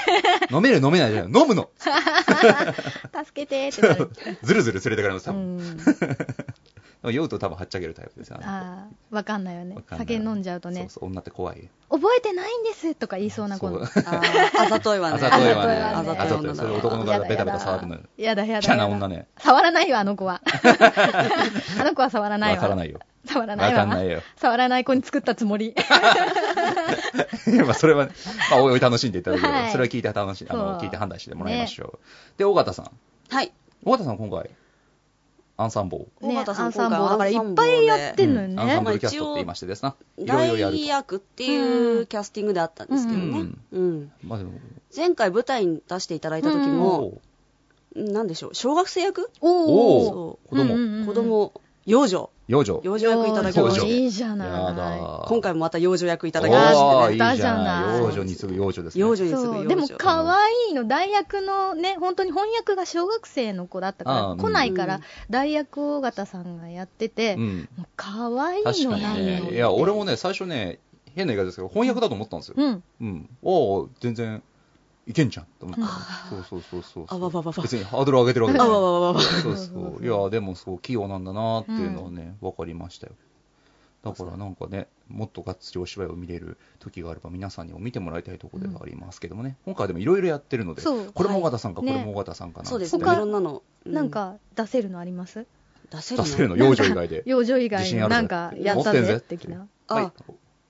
A: 飲める飲めないじゃない。飲むの
B: 助けてって言われて。
A: ずるずる連れてかれます、多
B: う
A: 分。
B: ん。
A: 酔うと多分はっちゃけるタイプですよ。の
B: ああ、わかんないよね
A: わ。かんない
B: 酒飲んじゃうと
A: そう
B: ね、
A: そう、女って怖い。
B: 覚えてないんですとか言いそうな子の。
A: そう
C: あーあざといわね。
A: あざといわね
C: あざとい
A: あ
C: 女
A: ざとい
C: だ
A: それ男の体ベタベタ触るのよ
B: やだやだ。
A: 嫌な女ね。
B: 触らないよ、あの子は。 あの子は触らな
A: わ
B: いわ。
A: からないよ。
B: 触ら
A: わ
B: ない
A: か
B: わ。
A: んないよ。
B: 触らない子に作ったつもり。
A: まあそれはね、まあおいおい楽しんでいただければ、
B: はい
A: それは聞いて楽しんあ
B: そ
A: の、
B: う
A: 聞いて判断してもらいましょう。で、尾形さん。
C: はい。
A: 尾形さん今回、アンサンボを。
B: ね
C: 尾形さん
B: アンサンボ
C: 今
B: だ
C: 回
B: からい
C: アンサ
B: っ
C: ンボ
B: ぱ
C: で
B: いやってんのよ
A: うんアンサン
B: ね。
A: ブルキャストって言いましてですな。いろいろやる
C: 大
A: と。
C: 役っていうキャスティングであったんですけど
A: う
C: ね
A: ん。
C: うん。
A: まあでも、
C: 前回舞台に出していただいた時
B: うん
C: も、なんでしょう、小学生役
B: お
A: お
B: ー
A: お
C: そ
A: 子供。
B: うんうんうん
C: 子供養女。
A: 養女。
C: 養女役いただきま
A: 養
C: し
A: 女
C: て。
B: いいじゃ
A: や
B: ない。
A: だ
C: 今回もまた養女役いただきま
A: おー
C: し
A: いい
C: てね。
A: じゃ
B: いただきました
A: な
B: ね
A: い。養女に次ぐ養女ですね。
C: 養女にすぐ
B: そ
C: 養
B: う
C: 女。
B: でも可愛いの代役のね本当に翻訳が小学生の子だった
A: ああ
B: から来ないか
C: う
B: ら
C: ん
B: 代役尾形さんがやってて、
A: うん。
B: もう可愛い
A: 確
B: の
A: か
B: な
A: に
B: んだよ
A: ね。いや、俺もね、最初ね、変な言い方ですけど、翻訳だと思ったんですよ。
B: うん
A: うん。おお全然、いけんじゃん。と思った。そうそうそうそう。
C: あわわわわ。
A: 別にハードル上げてるわけじ
C: あ
A: ゃ
C: わ
A: ない。
C: わわわ。
A: そうそう。いや、でもそう、器用なんだなっていうのはね、わかりましたよ。だからなんかね、もっとがっつりお芝居を見れる時があれば、皆さんにも見てもらいたいところではありますけどもね、今回でもいろいろやってるので、
B: そう
A: これも尾形さんか、
B: はい
A: これも尾形さんかな
C: そうですね。い
B: 他
C: ろんなの。う
B: なん、か出せるのあります
C: 出せる
A: 出
C: の
A: せるの、養女以外 で。
B: 養女以
A: 自
B: 外
A: 信あ
B: の
A: るぜ
B: なんかやっ
A: 持
B: た
A: ってんぜ
B: ぜ的な
A: はい
C: あ、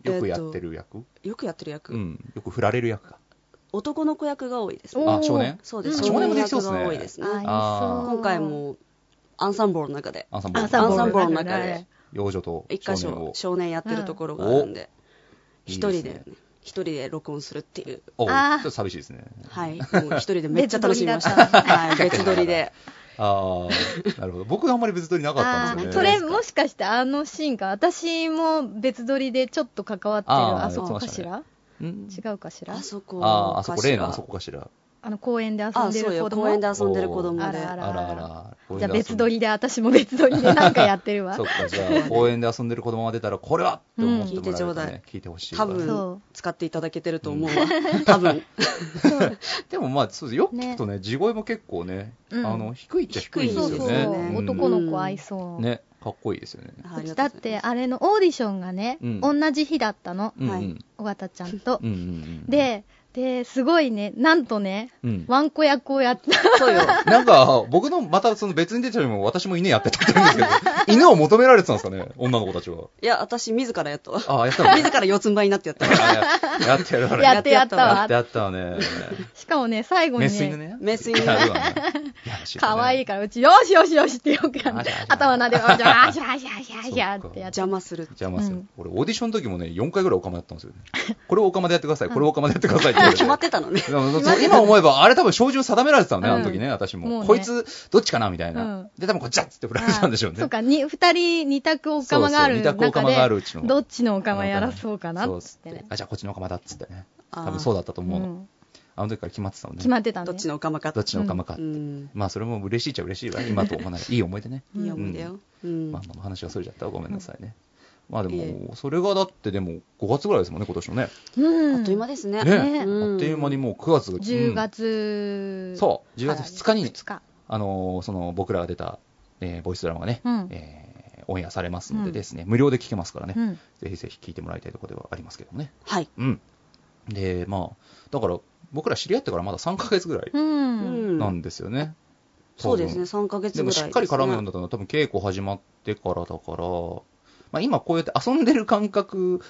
A: よくやってる役、
C: よくやってる役、
A: うん、よく振られる役か。
C: 男の子役が多いです
B: お
C: ね。
A: あ、少年
C: そうです。
B: うん
C: 少
B: 少年
C: 年
B: も
C: の
A: できそう
C: 役
A: っすね
C: が多いですね。
B: あ
A: あー
B: いそう
C: 今回もアンサンブルの中で、
A: アンサンブル。
B: アンサンボ
C: アンサンボ
B: ー
C: ル
B: ル
C: の
B: の
C: 中
B: 中
C: で
B: で
A: 幼女と
C: 一
A: 少
C: 箇
A: 年
C: 所
A: を。
C: 少年やってるところがあるんで、
A: うん
C: 一人
A: いい
C: で
A: です、
C: 一人で録音するっていう。
A: おちょ
B: あー
A: っと寂しいですね。
C: はい。もう一人で めっちゃ楽しみました。
B: 別撮 りだ
C: はい。別撮りで。
A: ああ、なるほど。 僕はあんまり別撮りなかったんですよね。
B: それもしかしてあのシーンか私も別撮りでちょっと関わってる
A: あー
B: あそこ
A: やって
B: か
A: ました
B: し
A: ね
B: ら、
A: うん
B: 違うかしら
C: あそこ
A: あーあそこ、例の
C: か
A: あ
C: し
A: そ
C: ら
A: こかしら。
B: あの公園で遊
C: あ
B: んで
C: そう
B: る
C: よ
B: 子供
C: 公園で遊んでる子供で
B: あらあら
A: あらあら。
B: じゃあ別撮り
A: で
B: で私も別撮りでなんかやってる
A: 遊ん。
B: わ
A: そっか、じゃあ公園で遊んでる子供が出たら、これはって思ってもらえる、ね
C: うん聞いてちょうだい
A: 聞いてほしいわ。
C: 多
B: そ
C: 分
B: う
C: 使っていただけてると思うわ、 多分
A: でもまあ、そうですよく聞くとね、地声も結構ね、
B: うん
A: あの、低いっちゃ低いんで
B: そ
A: す
B: う
A: よね。
B: そう、
C: ね
B: 男の子合いそう、
A: ね、かっこいいですよね。
C: ありがとうございます
B: だってあれのオーディションがね、
A: うん
B: 同じ日だったの
A: うんうん、
C: はい
A: うん
B: 尾形ちゃんと、
A: うんうん。、
B: でですごいねなんとね
A: うん、
B: ワンコ役をやった
C: そうよ
A: なんか、僕の、またその別に出てるよりも、私も犬やってたって言うんですけど、犬を求められてたんですかね、女の子たちは。
C: いや私自らやったわ
A: ああ、やったのね
C: 自ら四つん這いになってやったわ
A: あややってやるわね。
B: やってやった
A: やっ
B: わ
A: てやったわね。
B: しかもね最後
A: メ
B: に
A: ス
B: ね
A: 犬ね。
C: メス犬
A: やるわね。やらしわね
B: 可愛いからうちよしよしよしってよくや
A: あじゃあ
B: って
A: じゃあ
B: 頭撫でわじゃあじゃあじゃあじゃあじゃあってやって
C: 邪魔する
A: 邪魔する、
B: うん
A: 俺、オーディションの時もね、4回ぐらいオカマやったんですよね。これをオカマでやってください、これをオカマでやってくださいって言われて
C: 決まってたのね
A: でもそう今思えば、あれ多分照準定められてたのね、あの時ね、私も。
B: もうね
A: こいつ、どっちかなみたいな。
B: うん
A: で、多分こっちだっつって振られたんでしょうね。
B: そうかに二人二択おかまがある
A: そうそう二択オカ
B: 中
A: マがあ
B: で
A: るうちの
B: どっちのおかまやらそうかなっつっ
A: そ
B: て
A: う
B: ね
A: あ、じゃあこっちのオカマだっつってね。
C: あー
A: 多分そうだったと思うの。
B: うん
A: あの時から決まってたのね。
B: 決まってたん
C: ど
B: で
C: っちのおかまか
A: どっちのオカマかって。
C: うん
A: まあ、それも嬉しいっちゃ嬉しいわ。今と思わない。いい思い出ね。
C: いい思い出よ、うん
A: まあ、まあ話がそれちゃったわ。ごめんなさいね。まあで
C: いえい
A: も、それがだってでも5月ぐらいですもんね、今年のね。
B: うん
C: あっという間ですね
A: ね。
C: ん
A: あっという間にもう9月が。
B: 10
A: うん
B: 月、
A: そう、10月2日に
B: 2、日
A: あのーその僕らが出た、えーボイスドラマがね、
B: うん
A: えーオンエアされますの
B: う
A: で
B: ん
A: ですね、無料で聞けますからね、
B: うん、
A: ぜひぜひ聞いてもらいたいところではありますけどもね。
C: はい、
A: うん。で、まあ、だから、僕ら知り合ってからまだ3ヶ月ぐらいう
C: うんん
A: なんですよね。
C: そうですね
A: 多分
C: 3ヶ月
A: で
C: ぐら
A: もしっ
C: い
A: かり絡むようにな
C: だ
A: ったのは、多分稽古始まってからだから、まあ今こうやって遊んでる感覚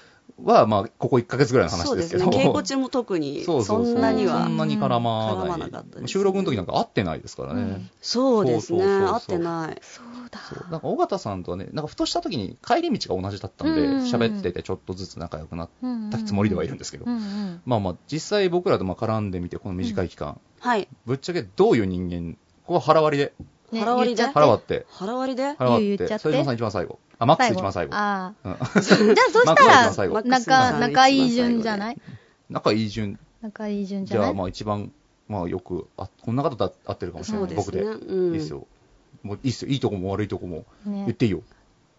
A: は、まあ、ここ1ヶ月ぐらいの話
C: そう
A: で
C: ですす
A: け
C: ね
A: ど。
C: 稽古中も特 に
A: そう
C: そ
A: そうそうん
C: なに
A: そ
C: は
A: んなに絡ま
C: 絡
A: な
C: ま
A: い
C: なかったですね
A: 収録の時なんか会ってないですからね、
B: うん
C: そうですね
A: そうそうそうそう
C: 合ってない
B: そう
A: そう
B: だ
A: なんか尾形さんとはねなんかふとした時に帰り道が同じだったんで
B: うんうんうん
A: 喋っててちょっとずつ仲良くなっ
B: うんうん
A: たつもりではいるんですけど、
B: うんうん
A: まあまあ実際僕らとまあ絡んでみてこの短い期間、
C: はい
A: ぶっちゃけどういう人間ここは腹割りで
B: ね
C: 腹割りで
B: 言っちゃって
A: 腹割って
C: 腹割りで
A: 腹割
B: 言
A: っ
B: う言
A: て
B: っちゃって
A: 副島さん一番最後あマックス一番最後
B: あ
A: う
B: あ
A: ん
B: じゃあそし
A: マックスが一
B: た
A: 番最後
B: ら
C: マックスが一番
B: 仲
C: 最後
B: 仲いい順じゃない
A: 仲いい順
B: 仲いい順じ
A: じ
B: ゃ
A: ゃ
B: な
A: あ
B: い
A: まあ一番まあよくあこんな方と合ってるかもしれ
C: そ
A: な
C: う
A: い、
C: です
A: 僕
C: ね
A: で、
C: うん
A: いいですよもういいっすよいいとこも悪いとこも
B: ね
A: 言っていいよ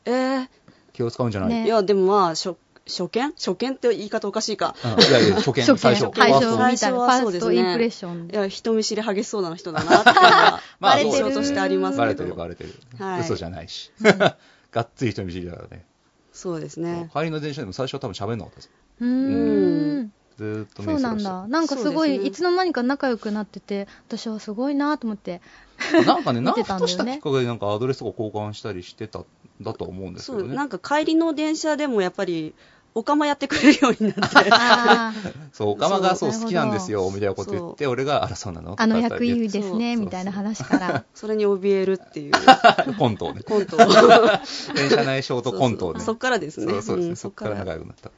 C: えー
A: 気を使うんじゃない、
B: ね
C: いや、でもまあ、初、初見初見って言い方おかしいか。
A: うんいやい や初見
B: 初見
A: 最初
B: 最初
A: ワースト
B: 見たいな
C: 最初
B: フ
C: は
B: ァ
C: そ
B: ー
C: うで
B: ス
C: す
B: ト
C: ね
B: インプレッション
C: いや、人見知り激しそうな人だなっていう のは
A: まあそ
C: 印
A: う
C: 象
A: です
C: としてあります
A: バ
C: け
A: レてる
C: ど。
A: バレてる、
C: はい
A: 嘘じゃないし がっつり人見知りだからね
C: そうですね。
A: 帰りの電車でも最初は多分喋んなかったです
B: うーん
A: ずーっと
B: そ
A: 目
B: う
A: そ
B: な
A: ら
B: ん
A: して
B: だなんかすご
C: そうで
B: い
C: すね
B: いつの間にか仲良くなってて私はすごいなと思って
A: なんかねな
B: 見
A: んか
B: てた
A: ふ
B: ん
A: と
B: だ
A: し
B: よ
A: たき
B: ね。
A: っかけでなんかアドレスとか交換したりしてたんだと思うんです
C: そ
A: けど
C: う、な
A: ね
C: んか帰りの電車でもやっぱり、おかまやってくれるようになっ て
B: あー
A: そうおかまがそう
B: そう
A: 好きなんですよみたいなこと言って俺があらそうなの
B: あの役いい
A: とか
B: ですね
A: そう
B: みたいな話から
C: それに怯えるっていう
A: 言ってコント をね
C: コ ントを。そう
A: 電車内ショート
C: そう
A: コントをね
C: そっからですね。
A: そうそうですね
C: ん
A: そっから仲良くなった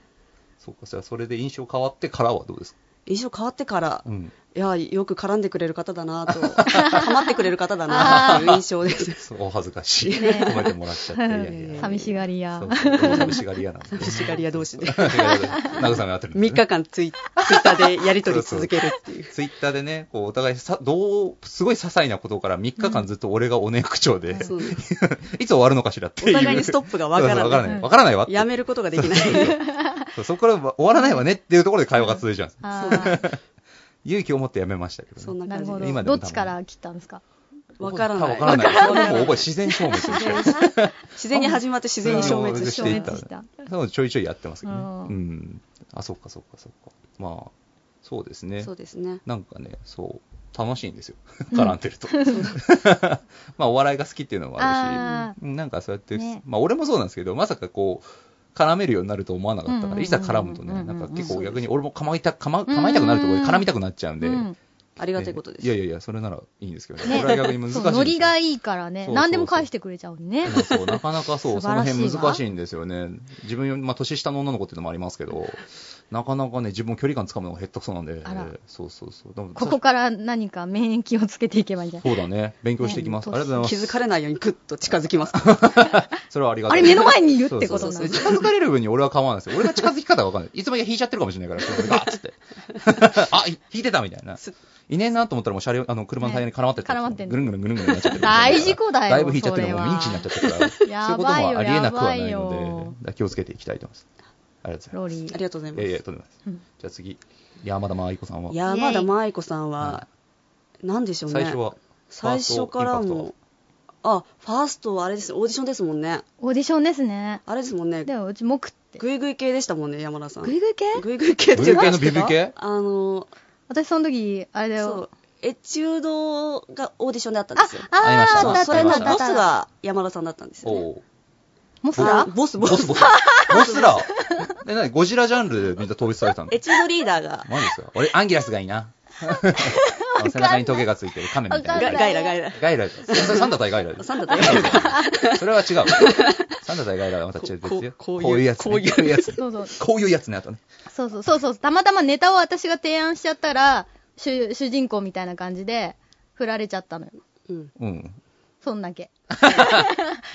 A: そうかじゃあそれで印象変わってからはどうですか
C: 印象変わってから
A: う、ん
C: いやよく絡んでくれる方だな と、かまってくれる方だなという印象です。
A: そうお恥ずかしい、
B: ね
A: 褒めてもらっちゃっていやいやいや
B: 寂しがり屋
A: そうそう僕も寂しがり屋なんです。
C: 寂しがり屋同士で
A: 慰め合ってるんで
C: 3
A: すね
C: 日間ツイツイッターでやり取り続けるっていう。
A: ツイッターでね、こうお互いさ、どう、すごい些細なことから3日間ずっと俺がおね口調で、
C: そうです
A: いつ終わるのかしらっていう。
C: お互いにストップがわから
A: そうそうわ
C: な
A: からない。
B: うん
A: わからないわっ
C: い。
A: て
C: やめることがで きない。
A: そうそこから終わらないわねっていうところで会話が続いちゃうんです。
B: あー
A: 勇気を持ってやめましたけ
C: そ
A: ど
C: ん
A: ね。
C: な
B: な
C: 感
B: る
C: じ
B: ほ
A: 今で
B: ど
A: も
B: どっちから切ったんですか
C: わからない
A: わからない。そこはもう覚え自然消滅してる。
C: 自然に始まって 自然に消滅し
A: してて
C: い
A: い
C: っ
A: ったた。
B: 消滅した
A: そういうのちょいちょいやってますけどね。
B: うん
A: うん。あ、そっかそっかそっか。まあ、そうですね
C: そ。うですね。
A: なんかね、そう、楽しいんですよ。 絡んでる と。まあ、お笑いが好きっていうのもあるし。う
B: あ
A: んなんかそうやって、
B: ね
A: まあ俺もそうなんですけど、まさかこう、絡めるようになると思わなかった
B: うんうん
A: か
B: うんう
A: ら、
B: ん
A: いざ絡むとね、
B: うんうんう
A: なんんか結構逆に俺も構いた構構いたくなるところで絡みたくなっちゃうん
B: ー
A: で、
B: うん
C: ありがたいことです。
A: いやいやいや、それならいいんですけどね、
B: ね
A: 俺は逆に難しいん
B: そ
A: で
B: う
A: すよ。
B: ノリがいいからね
A: そうそうそう
B: 何でも返してくれちゃうね
A: そうそうなかなかそう、
B: 素
A: そ
B: 晴
A: の
B: らしいわ
A: 辺難しいんですよね。自分より、まあ、年下の女の子っていうのもありますけど、なかなかね、自分も距離感つかむのが下手くそなんで
B: あら、
A: そうそうそう。でも
B: ここから何か免疫をつけていけばいいんじゃな
A: そ
B: い
A: うだね、勉強していきます。
B: ね
A: ありがとうござ
C: 気
A: いま
C: づかれないようにグッと近づきます。
A: す。それはありが
B: あ
A: たい
B: れ目の前にいるってこ
A: そ
B: と
A: う
B: な
A: そ
B: ん
A: う
B: だ
A: そう近づかれる分に俺は構わないですよ。俺が近づき方がわかんない。いつも引いちゃってるかもしれないから、俺がっつって。あ、い引いてたみたいな
C: す。
A: いねえなと思ったらもう車両、あの、車のタイヤに絡まってた
B: ね絡まってんの
A: ぐるんぐるんぐるんぐるんなっちゃってる。
B: 大事故だよ
A: だいぶ引いちゃってる
B: それ
A: も
B: は
A: うミンチになっちゃってるから。そういう
B: や
A: ことも
B: ばいよ
A: ありえなくはない
B: やば
A: の
B: いよ
A: で、だから気をつけていきたいと思います。ありがとうご
B: ロ
A: ざい
B: リー
C: ありがとうござい
A: ます。
C: ま
A: いや
C: す。
A: いや、とんでもないです。
B: うん
A: じゃあ次、山田真愛子さんは。
C: 山田真愛子さんは、なんでしょうね。
A: 最初は、
C: 最初から
A: ファーストインパク
C: も、あ、ファーストはあれです、オーディションですもんね。
B: オーディションですね
C: あれですもんね。
B: でもうちもくって
C: グイグイ系でしたもんね、山田さん。
B: グイグイ系
C: グイグイ系って
A: グイグイ系の
C: 何ですか
A: ビビ系
C: あの、
B: 私その時あれだ
C: そう
B: よ、
C: エチュードがオーディションであったんで
B: あ
C: すよ。
A: ありまし
B: あ
A: た
B: ー
C: そ
B: あ
C: う
B: ったあっ
C: そ
B: た
C: れ
B: あ
C: の
B: ったあ
C: ボ
B: っ
C: ス
B: た
C: が山田さんだったんですよ、ね。
A: おう
B: モス
C: あ
B: ラ
C: ボス、ボ
A: ボス
C: ス。
A: ボス。ボスラ。え、なにゴジラジャンルでみんな統一されたの
C: エチュードリーダーが、
A: マジですか俺、アンギラスがいいな。あの背中にトゲがついてる亀みた
B: わ
A: いな。
B: かんない
C: ガイラ、ガイラ。
A: ガイラです。それサンダ対ガイラです。
C: サンダ対ガイ
A: それは違う。サンダ対ガイラはまた違う
C: こ
A: ですよ。
C: こ
A: こ
C: う
A: う
C: こういう
A: いうやつね。
C: こういう
A: やつ。
B: そうそう
A: こういうやつね、あとね。
B: そうそうそうそうたまたまネタを私が提案しちゃったら主主人公みたいな感じで振られちゃったのよ
C: うん。
A: うん。
B: そんだけ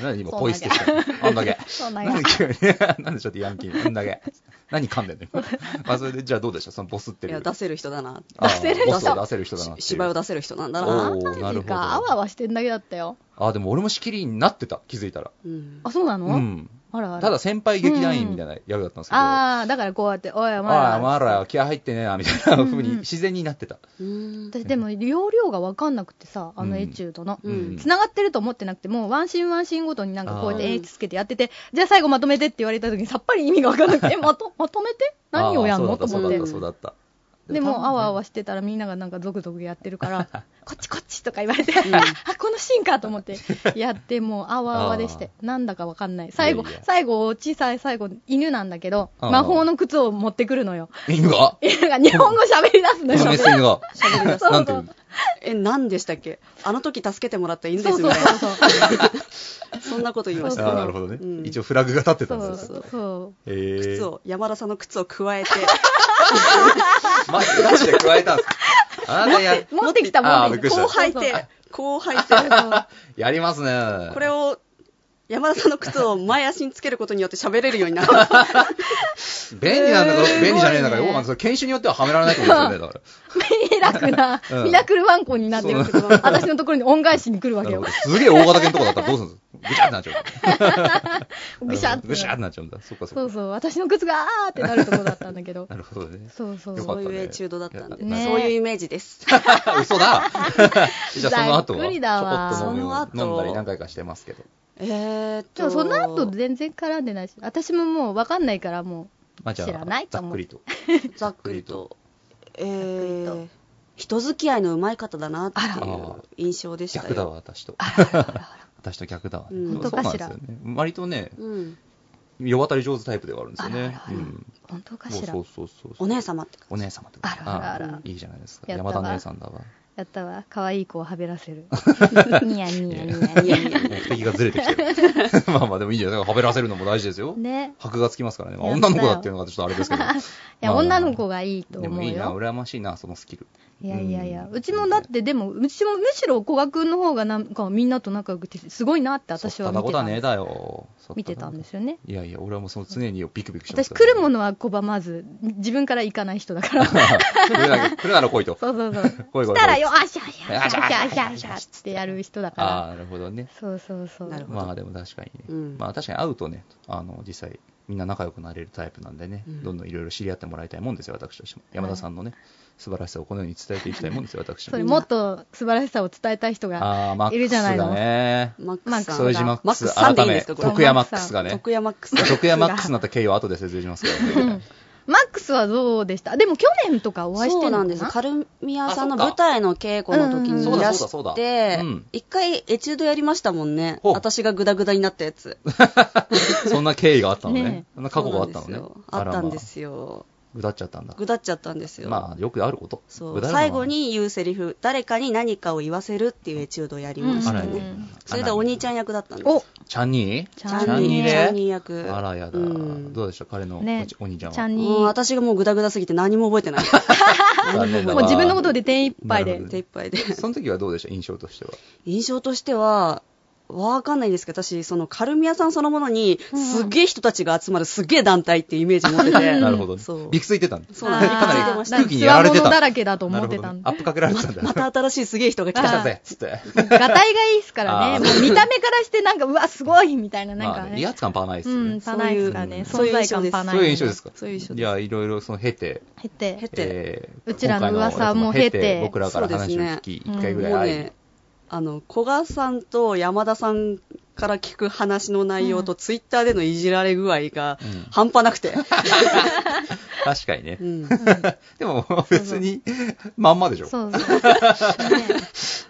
A: 何今、
B: そう
A: ポイ捨てした。あんだけ。
B: そんだけ
A: 何急になんでちょっとヤンキー。あんだけ。何噛んでんの今まあ、それで、じゃあどうでしたそのボスって
C: い
A: る。
C: や、出せる人だな。
A: あー
B: 出せる人
A: ボスを出せる人だなっていう。
C: し芝居を出せる人なんだ
A: お
C: な。
A: ーなるほど
B: かあわあわしてんだけだったよ
A: あ、でも俺も仕切りになってた。気づいたら。
C: うん
B: あそうなの、
A: うん。
B: あらあら
A: ただ先輩劇団員みたいな役だったんですけど。
B: ああだからこうやって「おいお前
A: あ
B: ら
A: あ、まあら、気合入ってねえな、みたいな風
B: うんう
A: に
B: ん
A: 自然になってた。
C: うん
B: 私でも容量が分かんなくてさあ
A: う
B: の
A: ん
B: エチュードの、
C: うん
B: つながってると思ってなくてもうワンシーンワンシーンごとになんかこうやって
C: あー
B: 演出つけてやっててじゃあ最後まとめてって言われた時にさっぱり意味が分からなくてえまとまとめて何をやんの
A: あ
B: と
A: あ
B: 思
A: そうだ
B: って
A: った、そうだった、そうだった。
B: でもあわあわ
A: し
B: してたらみんながなんかゾクゾクやってるから こっちこっちとか言われて、あこのシーンかと思ってやってもうあわあわでしてなんだか分かんない最後
A: いやいや
B: 最後小さい最後犬なんだけど
A: あー
B: 魔法の靴を持ってくるのよ
A: 犬が
B: 犬が日本語喋り出すの
A: このメ
B: よ
A: ス犬が。
B: そ う
A: なんていうの
C: え、何でしたっけあの時助けてもらった犬で
B: そ
C: す
B: うそう
C: みたいな。
B: そうそう
C: そんなこと言いまし
B: そう
A: あ
C: た。
A: あ、なるほどね、
C: うん
A: 一応フラグが立ってたん
B: そ
A: で
B: う
A: すよ。
B: そうそう
A: え
C: 靴
A: ー、
C: を、山田さんの靴を加えて、
A: マスクなしで加えたんですかあなたや、
B: 持ってきた
A: あ
B: も
A: ーび
B: ん
A: っく
B: ね
A: りし
C: こう
A: た
C: 履い
B: そう
C: て、こう履い
A: やりますね
C: て、。これを、山田さんの靴を前足につけることによって喋れるようになった。
A: 便利なんだか、
B: えー
A: 便利じゃねえんだから、
B: す
A: よくわか
B: ごいね
A: んないそれ研修によってははめられないと思うんですよね、だか
B: ミラクな、
A: うん
B: ミラクルワンコになってるけど、私のところに恩返しに来るわ
A: ら。
B: けよ。
A: すげえ大型犬とかだったらどうするんですかぐしゃってなっちゃうんだ。
B: ぐしゃっ。
A: ぐしゃっててなっちゃうんだ。そっかそっ
B: そ
A: か。
B: うそう、私の靴があーってなるところだったん だけど。
A: なるほどね。
B: そうそう。
A: よか
C: そ
A: っ
C: う
A: たね
C: いうエチュードだったんで、
B: ね
C: そういうイメージです。
A: 嘘 だじゃあその後
B: ざ
A: は
B: っく
A: ち
B: りだわ
A: ょこっと飲むように
C: その
A: 飲
C: 後
A: んだり何回かしてますけど。
C: えーっ
B: でも
C: と。
B: その後全然絡んでないし、私ももう分かんないからも
A: まあじゃあ、
B: 知らないと
A: ざ
B: 思
A: っ
B: う
A: くりと。
C: ざっくりと。え
B: ざっく
C: ー
B: り、
C: 人付き合いの上手い方だなって
A: あ
C: いう
A: ら
C: 印象でしたよ。
A: 逆だわ、私と。 私と逆だわ。
C: うん
A: でもそうなんですよ
B: 本
A: ね。割とね、
C: うん。
A: 世渡り上手タイプではあるんですよ
B: あら
A: ね。う
B: あらあら
A: ん。
B: う、本当か
A: もう
B: しら
A: そ。うそうそうそ
C: お
A: う。
C: 姉様って感
A: お姉様ってこと
B: あらあらあら
A: いいじゃないですか。
B: やった
A: 山
B: わ
A: 田姉さんだわ。
B: やったわ、可愛い子をはべらせる。ニヤニヤニヤ
C: じ。い
B: ニ
C: や
B: ヤ。
C: いやいや
A: 目的がずれて きてる。まあまあでもいいじゃないですか。はべらせるのも大事ですよ。
B: ね。
A: 箔がつきますからね。まあ
B: やった
A: 女
B: よ
A: の子だっていうのがちょっとあれですけど。
B: いや、女の子がいいと
A: で
B: 思
A: も
B: う
A: いいな、
B: よ。
A: 羨ましいな、そのスキル。
B: いやいやいや、
A: うん
B: うちもだって、でも、うちもむしろ古賀君の方がなんかみんなと仲良くて、すごいなって私
A: そった
B: は見
A: だこと
B: てた
A: は
B: ん
A: ねえだよ。そ。
B: 見てたんですすよね。
A: いやいや、俺はもうその常にビクビクして
B: 私、来るも
A: の。
B: のは拒まず、自分から行かない人だから、そ う
A: 来るなら来るなら来いと。
B: そうそう、
A: 来い来い
B: 来
A: 来い。
B: たらよ、あしゃあしゃあ
A: あ
B: し
A: し
B: ゃ
A: ゃ
B: あ
A: あ
B: し
A: し
B: ゃ
A: ゃ
B: あ
A: あ
B: し
A: し
B: ゃ
A: ゃ
B: あ
A: あしゃあ
B: しゃあってやる人だ
A: あ
B: か
A: あ、なるほどね
B: ら、。そうそうそう、
C: なるほど
A: まあでも確かにね、
C: うん
A: まあ確かに会うとね、あの実際、みんな仲良くなれるタイプなんでね、
C: うん
A: どんどんいろいろ知り合ってもらいたいもんですよ、私としても。山田さんのね、素晴らしさをこのように伝えていきたいもんですよ、私
B: そ
A: も
B: れ。
C: う
B: もっと素晴らしさを伝えたい人が、
A: ああ、マッ
B: いる
A: クス
B: じゃないの
A: がね。
C: マッ
B: マッ
C: ク
B: ク
C: ス
B: ス
C: さ
A: 副
C: ん。
A: 島マッ
C: マ
A: ク
C: ック
A: ス、
C: スさ
A: 改
C: んでいいん
A: め、
C: ですか、これ。
A: 徳屋マックスがね、
C: 徳山マックス。
A: 徳屋マックスになった経緯は後で説明しますけどね。
B: マックスはどうでした、でも去年とかお会いして
C: そ
B: るの
C: うな
B: か
C: んです。
B: な
C: カルミアさんの舞台の稽古の時
B: うん
C: に
B: そう
C: い
B: だ
C: ら
A: そうだ
C: し
A: そうだ
C: て
A: うん、
C: 一回エチュードやりましたもんね。
A: ほう
C: 私がグダグダになったやつ。
A: そんな経緯があったの
B: ね
A: ね。そんな過去があったの
C: そうなんです
A: ね
C: よ。あったんですよ。
A: あらまあ。ぐだっちゃったんだ。
C: ぐだっちゃったんですよ。
A: まあ、よくあること。
C: そ
A: ぐ
C: う
A: だるのは
C: 最後、に言うセリフ、誰かに何かを言わせるっていうエチュードをやりまし
A: あ
C: た
A: ら
B: うんうんうん
C: ね。
A: や。
C: それでお兄ちゃん役だったんです。
B: お
A: チャンニー
B: チ
C: チ
B: ャンニー
C: ャンニー
A: ね
C: チャンニー役。
A: あらやだ、
C: うん
A: どうでした彼のお,、
B: ね
A: お兄ちゃんは
B: ちゃん
C: う
B: に、
C: ん私がもうグダグダすぎて何も覚えてない。
A: 残念だ
B: もう
A: わ
B: 自分のことで手一杯
A: な
B: で
A: るほ、ど
C: 手一杯で。
A: その時はどうでした印象としては
C: 印象としては、わかんないんですけど、私、そのカルミ屋さんそのものに、
B: うん
C: すげえ人たちが集まるすげえ団体っていうイメージ持って
B: うん
C: て。
A: なるほど
C: そう
A: ビクついてたんだ
C: そうなんです
B: あー
C: かなり
A: 空気にやられて
B: つわもの
A: た
B: だらけだと思ってた
A: なるほ
B: ん
A: ど
B: で
A: ア。ップかけられてたんだ
C: また新しいすげえ人が来
A: 来た
C: た。
A: ぜつって
B: ガタイがいいですからね、
A: あー
B: もう見た目からして、なんか、うわ、すごいみたいな、なん
A: ま
B: か
A: あね
B: ね、
A: 威圧感パーないですよ
B: うん、
A: ね、
B: パナイスがね、存在感パナイス。
A: そういう印象ですか
C: そういう印象
A: い
C: です。
A: やいろいろその経て
B: 減って、
C: 経て
A: えー
B: うちらの噂
A: 今
B: も
A: 回の
B: 経て
A: 僕らから話を聞き、
B: そう
A: 一
B: ですね
A: 回ぐ
C: もう
A: らい会い、
C: ね、あの、古賀さんと山田さんから聞く話の内容と、ツイッターでのいじられ具合が
A: うん
C: 半端 なくて。
A: 確かにね、
C: うん
A: でも別にまんまでしょ
B: そうそう。ね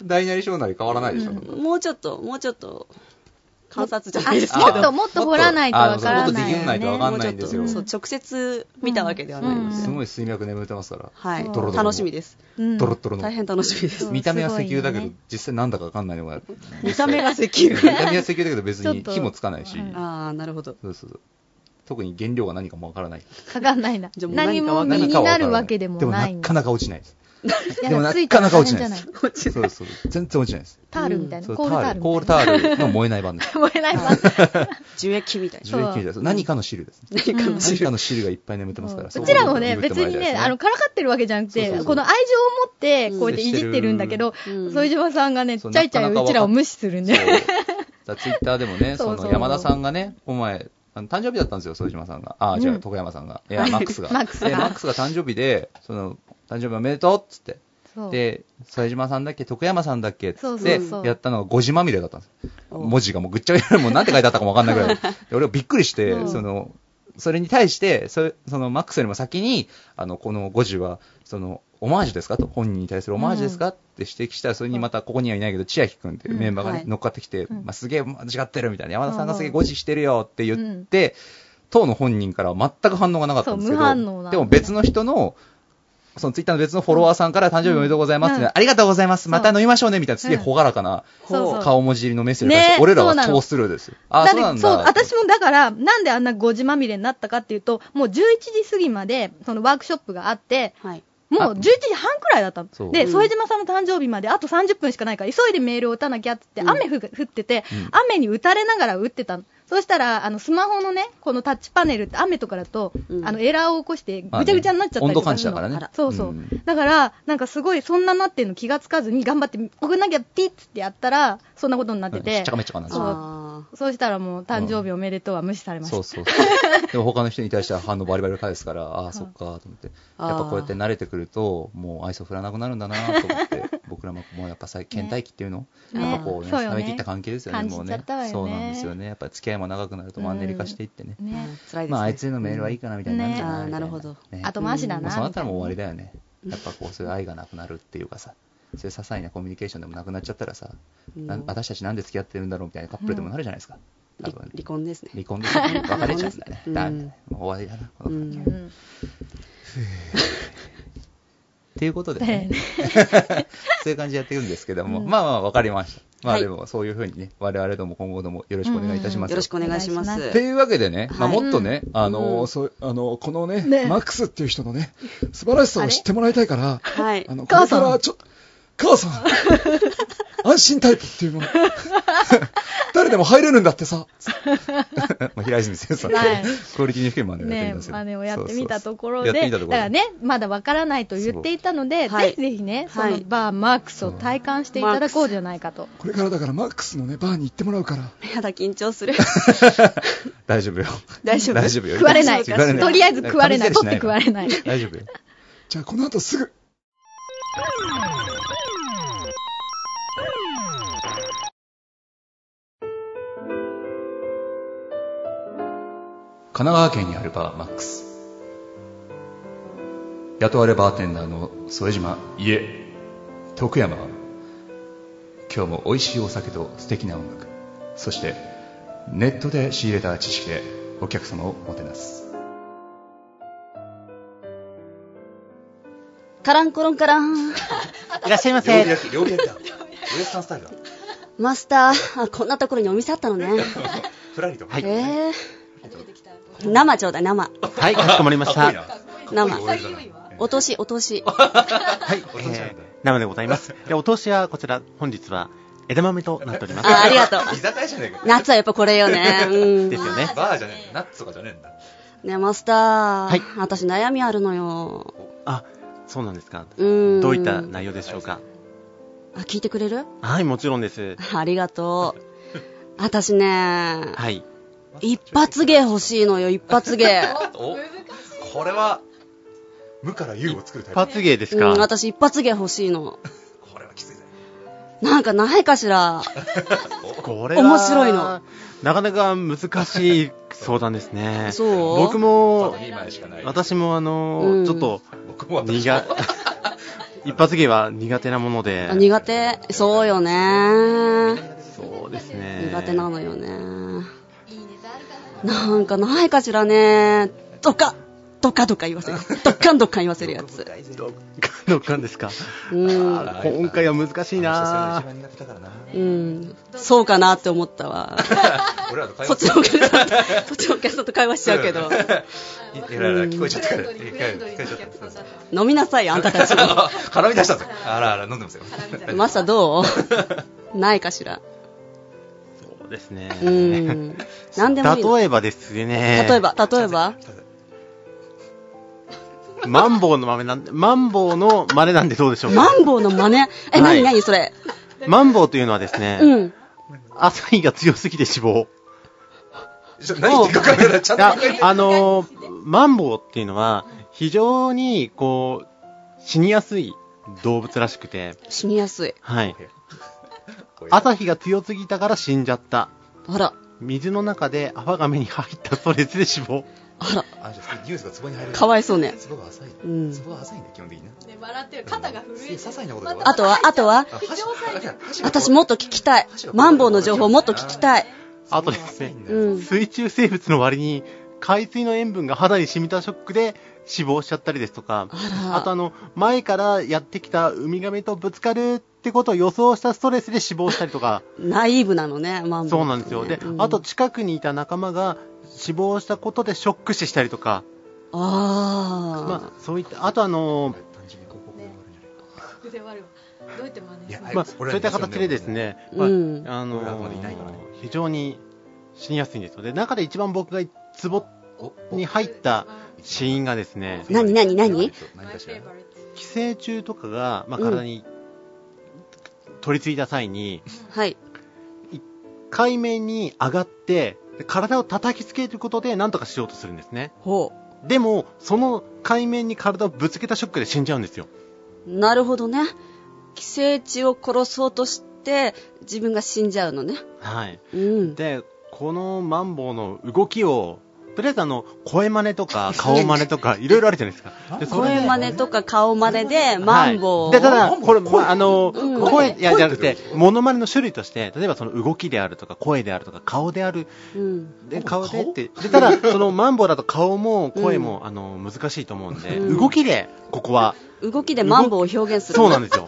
A: 大なり小なり変わらないでしょ、
B: うん
C: もうちょっと、もうちょっと、観察じゃ
B: あ
C: ないですけ
B: も
C: ど。
B: っともっと掘らないとわか
A: あそうも
B: らないよ
A: っとできないとわかん
B: ね。
A: ないんですよ
C: もうちょっとそう直接見たわけではないので、
B: うん
A: すごい水脈眠ってますから、
C: はい
B: ドロドロの
C: 楽しみです
B: う ん
A: ドロッドロの
C: 大変楽しみです
B: そう
A: 見た目は石油だけど、
B: すごいよね
A: 実際なんだかわかんないのが、
C: 見た目が石
A: 見
C: 油
A: た目は石油だけど別
B: ちょっ
A: に
B: と
A: 火もつかないし
B: う、ん
C: ああなるほど
A: そうそうそう特に原料が何かもわからない。
B: わかんないな。
C: じゃあもう
B: 何
C: 何か
B: も
C: わか
B: 身
C: んない
A: 何
B: に
A: かはわ
B: な
A: から
B: るわけでもない。
A: でもなかなか落ちないです。
B: い
A: でも
B: や
A: な
B: ついたら
A: なかなか
B: 大
A: 落
B: 変
A: ち
B: じ
A: な
B: ゃ
A: い
B: な
A: で
B: い
A: す。そうそう、全然落ちないです。
B: タールみたいな、
A: そう
B: コールタールみたいな。
A: コールタールの燃えない版です。
B: 燃えないわ。
C: 樹液みたいな
A: 樹液みたいな何かの汁です。
C: 何かの
A: 何かの汁がいっぱい眠ってますから。
B: うちらもね、
A: そこを
B: 別
A: 眠ってもらいた
B: に
A: い
B: ね、
A: です
B: あの、からかってるわけじゃなくて、
A: そうそうそう
B: この愛情を持って、こうやっていじってるんだけど、
C: うん
B: 副島さんがね、ち
A: そう
B: ゃいちゃ
A: なかな
B: い
A: か
B: う
A: わか
B: ちらを無視するんで。
A: そう。ツイッターでもね、
B: そう
A: そ
B: そ
A: うの山田さんがね、お前、あの誕生日だったんですよ、副島さんが。ああ、じゃ
B: う
A: あ、
B: ん
A: 徳山さんが。いや、マックスが。
B: マックスが
A: でマックスが誕生日で、その、誕生日おめでとうっつって。
B: そう
A: で、副島さんだっけ、徳山さんだっけっ
B: そ
A: つ
B: う
A: っ
B: そ
A: て
B: うそう、
A: やったのが5時まみれだったんです。
C: お
A: 文字がもうぐっちゃぐちゃで、もうなんて書いてあったかもわかんないぐ らい。で俺はびっくりして
B: う、ん
A: その、それに対して、それそのマックスよりも先に、あの、この5時は、その、オマージュですかと、本人に対するオマージュですか、って指摘したら、それにまたここにはいないけど、千秋君っていうメンバーがね、
C: うんはい
A: 乗っかってきて、
B: うん
A: まあ、すげえ間違ってるみたいな、山田さんがすげえ
B: うん
A: 5時してるよって言って、当の本人からは全く反応がなかったんですけど、
B: そう無反応な
A: でも別の人の、そのツイッターの別のフォロワーさんから誕生日おめでとうございますって、
B: うん
A: ありがとうございます、また飲みましょうねみたいな、すげえ朗らかな
B: そうそう
A: 顔文字入りのメッセージが来て、
B: ね
A: 俺ら
B: そう
A: は
B: なの
A: 超スルーですよ。あ、そう
B: だ
A: な
B: っ
A: ん
B: て
A: だ。
B: そう、私もだから、なんであんな5時まみれになったかっていうと、もう11時過ぎまで、そのワークショップがあって、
C: はい
B: もう
A: あ
B: 11時半くらいだったの
A: そう
B: で、
C: うん
B: 副島さんの誕生日まであと30分しかないから、急いでメールを打たなきゃって言って、雨ふが降ってて、
A: うん
B: 雨に打たれながら打ってたの。そうしたら、あの、スマホのね、このタッチパネルって雨とかだと、
C: うん
B: あの、エラーを起こして、ぐち
A: まあ
B: ゃ
A: ね
B: ぐちゃになっちゃったり
A: 温
B: と
A: 度
B: か
A: 感
B: す
A: 知
B: る
A: だ
B: の
A: からね。
B: そうそう。
A: ん
B: だから、なんかすごい、そんななってんの気がつかずに頑張って、送んなきゃピッつってやったら、そんなことになって
A: してっちゃ、かめっちゃかなんですよ
B: そう
C: あ
B: そうしたらもう、誕生日おめでとうは無視されました
A: そう。そうそう。 でも他の人に対しては反応バリバリ返すから、ああ、そっか、と思って。やっぱこうやって慣れてくると、もう愛想振らなくなるんだなと思って、 僕らももうやっぱ最近、倦怠期っていうの、
B: ね
A: やっぱこうね、
B: そうよね
A: 冷めていった関係ですよね、もう
B: 感じちゃ
A: ね
B: ったわよね
A: そうなんですよね。やっぱ付き合いも長くなるとマンネリ化していってね。
C: ー
B: ね。
C: 辛いですね
A: まあ、あいつへのメールはいいかなみたいになるんだな、みた
C: ね
A: い
C: あーなるほど
A: ね
B: 後回しだ
A: も
B: な。
A: うそうなったらもう終わり
B: だ。
A: だよね。やっぱこう、そういう愛がなくなるっていうかさ、そういう些細なコミュニケーションでもなくなっちゃったらさ、な
C: うん
A: 私たちなんで付き合ってるんだろうみたいなカップルでもなるじゃないですか。多
C: 離
A: 分
C: 離婚ですね
A: 離婚ですね。別れちゃうんだね。
C: うん
A: だ、ね、もう終わりだな、この
C: う
A: 感じ
C: ん
B: うん
A: っていうことでね、
B: ね
A: そういう感じでやってるんですけども、
B: うん
A: まあまあ、わかりました。まあ
C: はい
A: でも、そういうふうにね、我々ども今後ともよろしくお願いいたします
C: よ
A: よ。
C: ろしくお願いしま
B: お願いし
A: って
C: す。
A: いうわけでね、まあ、
C: はい
A: もっとね、あの、
C: うん
A: そうあのこのね
B: ね
A: マックスっていう人のね、素晴らしさを知ってもらいたいから、
C: はい
A: あ。のこ
B: 母
A: れ
B: さ
A: か
B: ん
A: らちょ、母さん、安心タイプっていうもの、誰でも入れるんだってさ、 まあ、平泉先生、
B: はい
A: クオリティの低い真似をやってみ
B: ね
A: たんですよ
B: 真似をやってみたところ
A: そうそうそうやってみ
B: で、
A: たと
B: だか
A: ころで
B: らね、まだわからないと言っていたので、
C: そうは
B: ぜ
C: い
B: ひぜひね、そ
C: はい
B: のバーマークスを体感していただこうじゃないかと。
A: これからだからマックスのね、バーに行ってもらうから、
C: やだ、緊張する。
A: 大丈夫よ。
C: 大丈夫
A: 大丈夫よ。
B: 食われない。
A: 食われない
B: とりあえず食われない。取って食われない。
A: 大丈夫よ。じゃあ、この後すぐ。神奈川県にあるバーマックス雇われバーテンダーの副島いえ徳山は今日も美味しいお酒と素敵な音楽そしてネットで仕入れた知識でお客様をもてなす
C: カランコロンカラン。
D: いらっしゃいま
A: 料理
D: せ。
A: 焼き料理焼きだウエスタンスタイルだ
C: マスター、あこんなところにお店あったのね。
A: ふらりと
D: はい
C: えー。生ちょうだい、生。
D: はい、かしこまりまし
A: かっこいいな
D: た。
A: かっこいい
C: 生
A: 親父だなえ
C: お通し、お通し。
D: はい、
A: お
D: え
A: 通しなんだ
D: ー生でござい ます。で、お通しはこちら、本日は枝豆となっております。
C: あ、ありがとう。
A: 居酒屋じゃねえか
C: 夏はやっぱこれよね。うん
D: で。すよね。
A: バーじゃねえナッツとかじゃねえんだ
C: ね、マスター。
D: はい
C: 私悩みあるのよ。
D: あ、そうなんですか。
C: うん。
D: どういった内容でしょうか。
C: あ、聞いてくれる
D: はい、もちろんです。
C: ありがとう。私ね、
D: はい。
C: 一発芸欲しいのよ、一発芸。
A: おこれは無から有を作るタイ
D: 一
A: プ
D: 発芸です
C: うん、
D: か。
C: 私一発芸欲しいの。
A: これはきついぜ
C: なんかないかしら。
D: これは
C: 面白いの。
D: なかなか難しい相談ですね。
C: そう
D: 僕も、
A: 二枚しかない
D: 私もあの
C: うん
D: ちょっと、
A: 僕も私
D: 苦、一発芸は苦手なもので
C: あ。苦手そうよね。
D: そうですね。
C: 苦手なのよね。なんかないかしらね。とか、とかとか言わせる。とかんとか言わせるやつ。
D: どっか どっかんですか。
C: うん。
D: あー今回は難しいな
A: 番苦手だからな
C: うん、そうかなって思ったわ。
A: 俺らと会
C: そっ
A: 話
C: ちのお客さんと、そっちのお客さんと会話しちゃうけど。
A: いやいや聞こえちゃったから聞こえちゃった
C: 飲みなさい、あんたたち。
A: あ絡み出したぞあらあら飲んでますよ
C: マサどうないかしら。
D: そうですね。
C: うん。なんでもいいの。
D: 例えばですね。
C: 例え。ば、例えば
D: マンボウの豆なんで、マンボウの真似なんでどうでしょうか
C: マンボウの真似。え、
D: は
C: ないになにそれ。
D: マンボウというのはですね、
C: うん。
D: 朝日が強すぎて死亡。
A: ちょ何言ってるか分からないちゃんと考え
D: あのー、マンボウっていうのは、非常に、こう、死にやすい動物らしくて、
C: 死にやすい。
D: はい。
A: て
D: 朝日が強すぎたから死んじゃった。
C: あら、
D: 水の中で泡が目に入ったそれで死亡。
C: あら、
A: あじゃあニュースが壺に入る
C: かわいそうね。
A: ツボが浅い
C: うん
A: ツボが浅いんだ基本的にな
B: 笑ってる
A: 肩が震えてる些細なことで
C: あとは、あとは、
A: あ箸箸が
C: 私もっと聞きたい。マンボウの情報もっと聞きたい。
D: あとですね、
C: うん。
D: 水中生物の割に海水の塩分が肌に染みたショックで死亡しちゃったりですとか
C: あら
D: あとあの前からやってきたウミガメとぶつかるってことを予想したストレスで死亡したりとか
C: ナイーブなのね、マンボ
D: そ
C: ウ
D: う
C: ってね、
D: なんですよで、
C: うん
D: あと、近くにいた仲間が死亡したことでショック死したりとか、
C: あー。
D: まあ、そういったあとあの
A: 単純に高校が悪いんじゃない
B: 腕悪いわどうやって真似
A: いや
D: まあ、そういった形でですね、まあ
C: うん
D: あの
A: 俺らまでいないからね
D: 非常に死にやすいんですよ。で、中で一番僕がツボ
A: お
D: に入った死因がですね、
C: 何何何
A: 何かしらね
D: 寄生虫とかが、まあ、体に取り付いた際に、
C: はい。
D: 海面に上がって、で体を叩きつけることで何とかしようとするんですね。
C: ほ
D: でも、その海面に体をぶつけたショックで死んじゃうんですよ。
C: う。なるほどね。寄生虫を殺そうとして、自分が死んじゃうのね。
D: はい。
C: うん。
D: で、このマンボウの動きを、とりあえずあの、声真似 とか、顔真似とか、いろいろあるじゃないですか。で、それ
C: 声真似とか顔真似で、マンボウを。
D: はい、でただ、これ、まあ、あの、
C: うん
D: 声、いや、じゃなく
A: 声って
D: て
A: どういうこ、と
D: モノマネの種類として、例えばその動きであるとか、声であるとか、顔である、
C: うん。
D: で、
A: 顔
D: 顔でって。で、ただ、そのマンボウだと顔も声も、あの、難しいと思うんで、
C: うん
D: 動きで、ここは、
C: 動きでマンボウを表現する
D: そうなんですよ。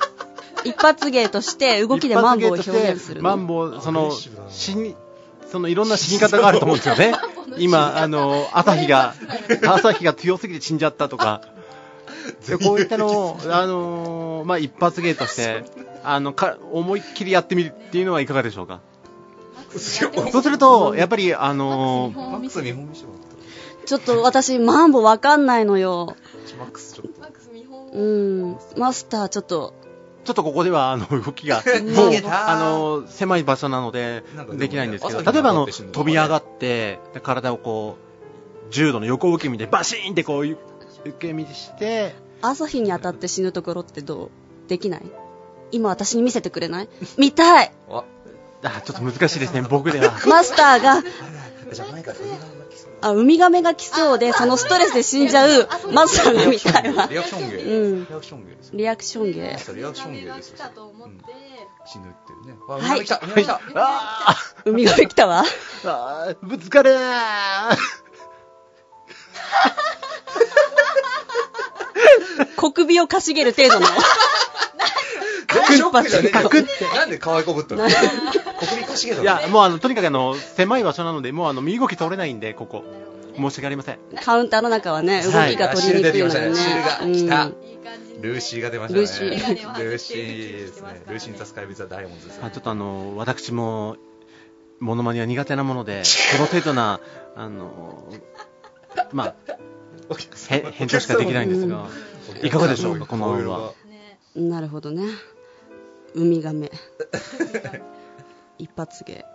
C: 一発芸として動きでマンボウを表現する
D: マ
C: の
D: ンボウ、そ
E: ア
D: の
E: グレッシブだ、な
D: 死に、そのいろんな死に方があると思うんですよね。今、あの、朝日が、朝日が強すぎて死んじゃったとか。でこういったのを、あのーまあ、一発芸として、あの、か、思いっきりやってみるっていうのはいかがでしょうか。そうすると、やっぱり、あのー
A: マックス見本見してもらっ
C: ちょっと私マンボウわかんないのよ
A: たマックスちょっと
C: うんマスターちょっと
D: ちょっとここでは、あの、動き が、も
A: 投
D: う
A: げ、た
D: あのー狭い場所なので
A: なんかで、も
D: できないんですけど、
A: 朝日が
D: 例えば、あ
A: 当たっ
D: の、
A: て死ぬと
D: 飛
A: か
D: び
A: ね
D: 上がって、で体をこう、重度の横受け身でバシーンってこう、ゆ受け身して、
C: 朝日に当たって死ぬところってどうできない今私に見せてくれない見たい
A: あ
D: あちょっと難しいですね、僕では。
C: マスターが
E: じゃないから、
C: あウミガメが来そうでそのストレスで死んじゃうマスターが見たいわ
A: リアクション芸
C: うん
A: リアクション芸ですよ
C: リアクション芸
A: マスターリアクション芸ですよ
B: 来たと思って、
A: 死ぬっていうね
C: い
A: はい来た来た
D: あ
C: ウミガメ来たわ
D: ーあーぶつかるー
C: 小首をかしげる程度の
A: ショックじゃねえよ
D: カクって
A: なんで可愛こぶったの国民かしげだ
D: いや、もうあの、とにかくあの、狭い場所なので、もうあの、身動き取れないんで、ここ。申し訳ありません。
C: カウンターの中はね動
D: はい
C: きが取りにくいのよね、
A: あ
C: うん
A: 汁出てきましたね汁が来ルーシーが出ましたね
C: ルー
B: シー
A: ルーシーですねルーシー・ザ・スカイ・ビザ・ダイヤモンドですね
D: あちょっとあの、私も、モノマネは苦手なもので、この程度な、あの、まあ、
A: お客様
D: へ返答しかできないんですが、いかがでしょうか、この案は。
C: なるほどねウミガメ一発芸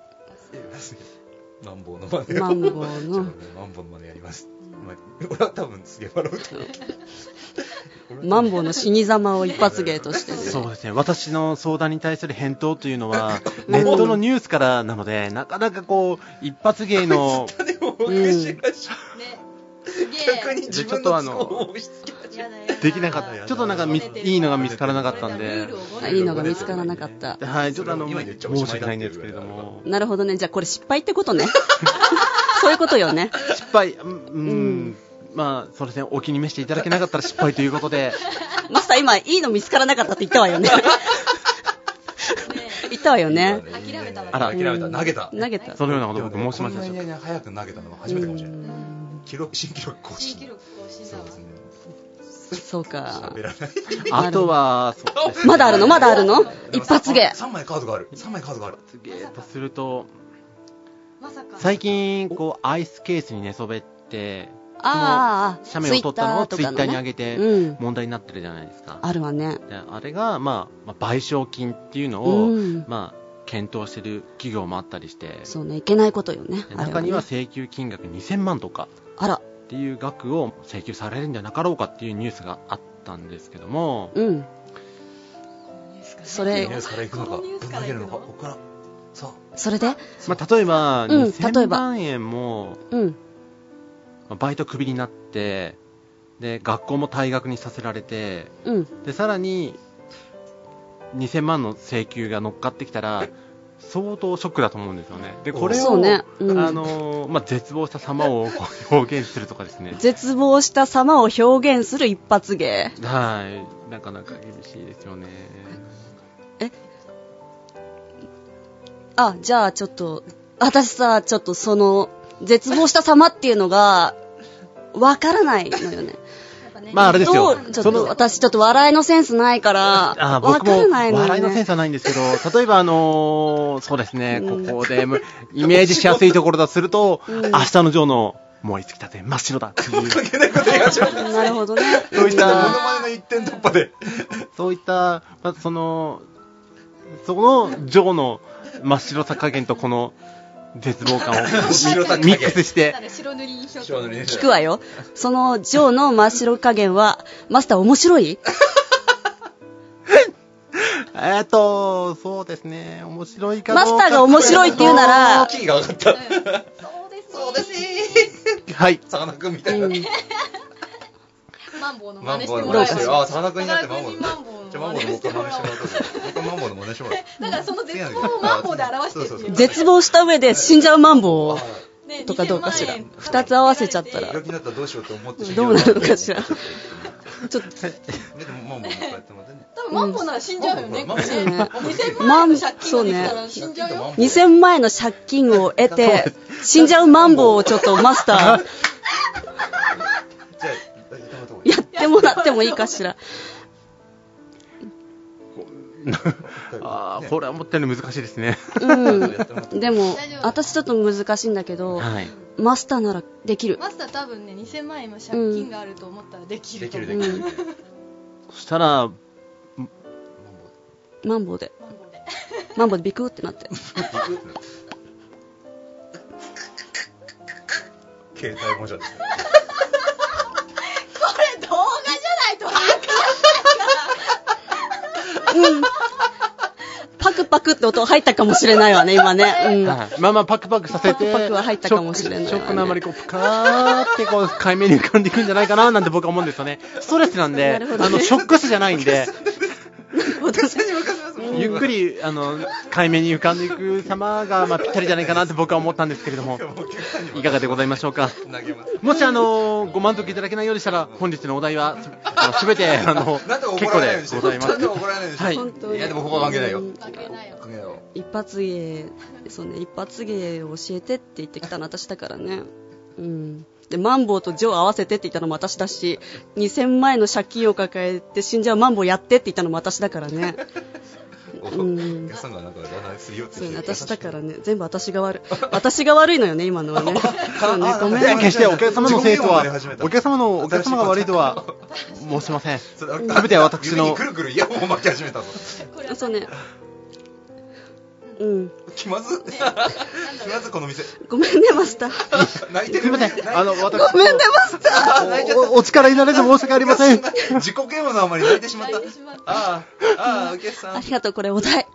A: マンボウの真似を
C: マンボウ
A: ちょっと
C: の
A: ねマンボウの真似やりますまあ俺は多分すげえ笑うと思う
C: マンボウの死に様を一発芸としてね
D: そうですね、私の相談に対する返答というの は、ネットのニュースからなので、なかなかこう、一発芸 の、
A: でも僕知らし
B: ねすげ
A: 逆に自分の都合を押し付け
B: やだやだ
D: できなかった。ちょっとなんかみ、いいのが見つからなかったんで
B: ルール。をごね
C: いいのが見つからなかった
D: はい、ちょっとあの、
A: 今言っちゃおしまい
D: 申し訳ないんですけれども。
C: なるほどねじゃあこれ失敗ってことね そういうことよね
D: 失敗、うん、うんまあ、そうですね、お気に召していただけなかったら失敗ということで、
C: マスター今いいの見つからなかったって言ったわよ ね言ったわよね
A: 諦
B: めたわ
A: あら諦めた投げた
C: 投げた
D: そのようなことを僕
A: でもね
D: 申しまし
A: こ
D: た
A: ん
D: し
A: なにね早く投げたのは初めてかもしれない記録新記録更新
B: 新記録更新だ
A: そう
B: わ
A: ですね
C: そうか
A: 喋らない
D: あとは、そうですね、
C: まだあるのまだあるの一発芸
A: 3枚カードがある3枚カードがある
D: すげえとすると、
B: まさか
D: 最近、こう、アイスケースに寝そべって、
C: あーあー
D: 写メを撮ったのをツイッターに上
C: ね
D: げて
C: うん、
D: 問題になってるじゃないですか。
C: あるわね
D: であれが、まあ、まあ賠償金っていうのを、
C: うん
D: まあ、検討してる企業もあったりして、
C: そうねいけないことよね
D: で
C: あれ
D: 中には請求金額2000万とか
C: あら
D: っていう額を請求されるんじゃなかろうかっていうニュースがあったんですけども、
C: うんそ
A: ニ
C: れ
A: ュースから行くのか
B: このニュー
A: ぶ
B: ス
A: ん
B: から
A: 投
B: 行
A: げ
B: く
A: る
B: の
A: のかここからさ
C: それで
D: まあ、例えば、
C: うん例え
D: 2000
C: ば
D: 万円も、
C: うん
D: まあバイトクビになって、で、学校も退学にさせられて、
C: うん
D: で、さらに、2000万の請求が乗っかってきたら、相当ショックだと思ううんですよね。で、これ
C: そ
D: を、
C: うねうん
D: あのーまあ、絶望した様をこう表現するとかですね。
C: 絶望した様を表現する一発芸
D: はい。なかなか厳しいですよね。
C: あじゃあちょっと私さちょっとその絶望した様っていうのがわからないのよね
D: まあ、あれですよ
C: ど。うちょ
D: そ
C: っと
D: の、
C: 私ちょっと笑いのセンスないからわ
D: あ僕も
C: からないのよね
D: 笑いのセンスはないんですけど、例えばあのーそうですね、ここで、むイメージしやすいところだとすると、明日のジョーの燃え尽きたて真っ白だっていう、
A: 関係ないこと言い始めた
C: なるほどね
D: そういっ
A: モノ
D: た、
A: マネの一点突破で
D: そういった、まあ、その、そのジョーの真っ白さ加減とこの絶望感を
A: 白さ加減
D: ミックスして、
B: 白塗り印象
A: 昭和の練習
C: 聞くわよそのジョーの真っ白加減はマスター面白い
D: えっと、そうですね、面白いかど
C: マ
D: うか
C: スターが面白いって言うなら
A: キーが上がった
B: そうです
A: そうです
D: はい。
A: さかなクンみたいな
B: マンボウの
A: マ
B: 真
A: ン
B: 似し
A: ボウ
B: て
A: の
B: も
A: 真
B: ら
A: 似
B: え
A: して
B: ば
A: るあさかなクンになってマンボウ
B: さかなクンに
A: じゃあマ
B: マ
A: ン
B: ン
A: ボ
B: ボ
A: ウ
B: ウ
A: の僕は真似してもらおう僕はマ
B: の
A: ンボウの真似してもらおう
B: だからその絶望をマンボウで表してっていう
C: 絶望した上で死んじゃうマンボウを
A: あ
B: ね
C: とかどうかしら
B: ね2000万円
C: 二つ合わせちゃったら
A: 気になったらどうしようと思って
C: どうなるのかしらちょっと
A: でもまあまあこうやってまたね
B: 多分マンボなら死んじゃうよね。
A: うん
B: これね
C: マン
B: 2000万円の借金ができたら死んじゃうよ。
C: 2000万円の借金を得て死んじゃうマンボウをちょっとマスター
A: じゃあやめた方 がいい
C: やってもらってもいいかしら
D: ああ、これは思ったより難しいですね。
C: うんでも
B: 大丈夫
C: 私ちょっと難しいんだけど
D: はい。
C: マスターならできる
B: マスター多分ね、2000万円の借金があると思ったらでき
A: で
B: る
A: き
B: と思
A: る
B: う。
A: できる
D: そしたら、
C: マンボウで
B: マンボで
C: マンボウでビクってなって
A: 携帯もじゃですね
B: これ動画じゃないと
C: パクパクって音入ったかもしれないわね今ねうん
D: はいまあまあパクパクさせて、
C: パクパクは入ったかもしれないわね
D: ショックショックのあまりこう、ぷかーってこう、海面に浮かんでいくんじゃないかななんて僕は思うんですよね。ストレスなんで、
C: なるほどね
D: あの、ショックスじゃないんで、
A: うん
D: ゆっくり、あの、海面に浮かんでいく様が、まあ、ぴったりじゃないかなって僕は思ったんですけれども、いかがでございましょうか。
A: 投げます
D: もし、あの、ご満足いただけないようでしたら、本日のお題は、あのすべて、あの
A: なんとか、
D: 結
A: 怒
D: 構
A: られないよう
D: で
A: にして
D: ございます
A: なん。とか怒られないようにして
D: はい
C: 本当に
A: いやでもここは関係ないよ
C: うん
B: 関係ないよ。
A: かけよ
C: 一発芸そうね一発芸を教えてって言ってきたの私だからねうんでマンボウとジョー合わせてって言ったのも私だし2000万円の借金を抱えて死んじゃうマンボウやってって言ったのも私だから ね
A: お
C: うん
A: お客さんがなんか占いするよって
C: そうね私だから
A: ね
C: ね全部私が悪い私が悪いのよね今 のはねそうねごめん
D: いや、決してお客様のせいとは
A: 自己嫌悪まで始め、た
D: お客様の、お客様が悪いとは、申しません。
A: それ
D: 全ては私の
A: 指にくるくるイヤホンを巻き始めたぞ
B: これは
C: そうねうん
A: 気まず気まずこの店
C: ごめんねマスター
A: 泣いて
D: す
A: る
D: みませ
A: 泣いて
D: ん。
A: る
D: あの、私、
C: ごめんねマスター
A: あ泣いちゃった
D: おお力になれず申し訳ありません。
A: 自己嫌悪のあまり泣いてしまった
B: 泣いてしまった
A: ああああお客さん
C: ありがとうこれお題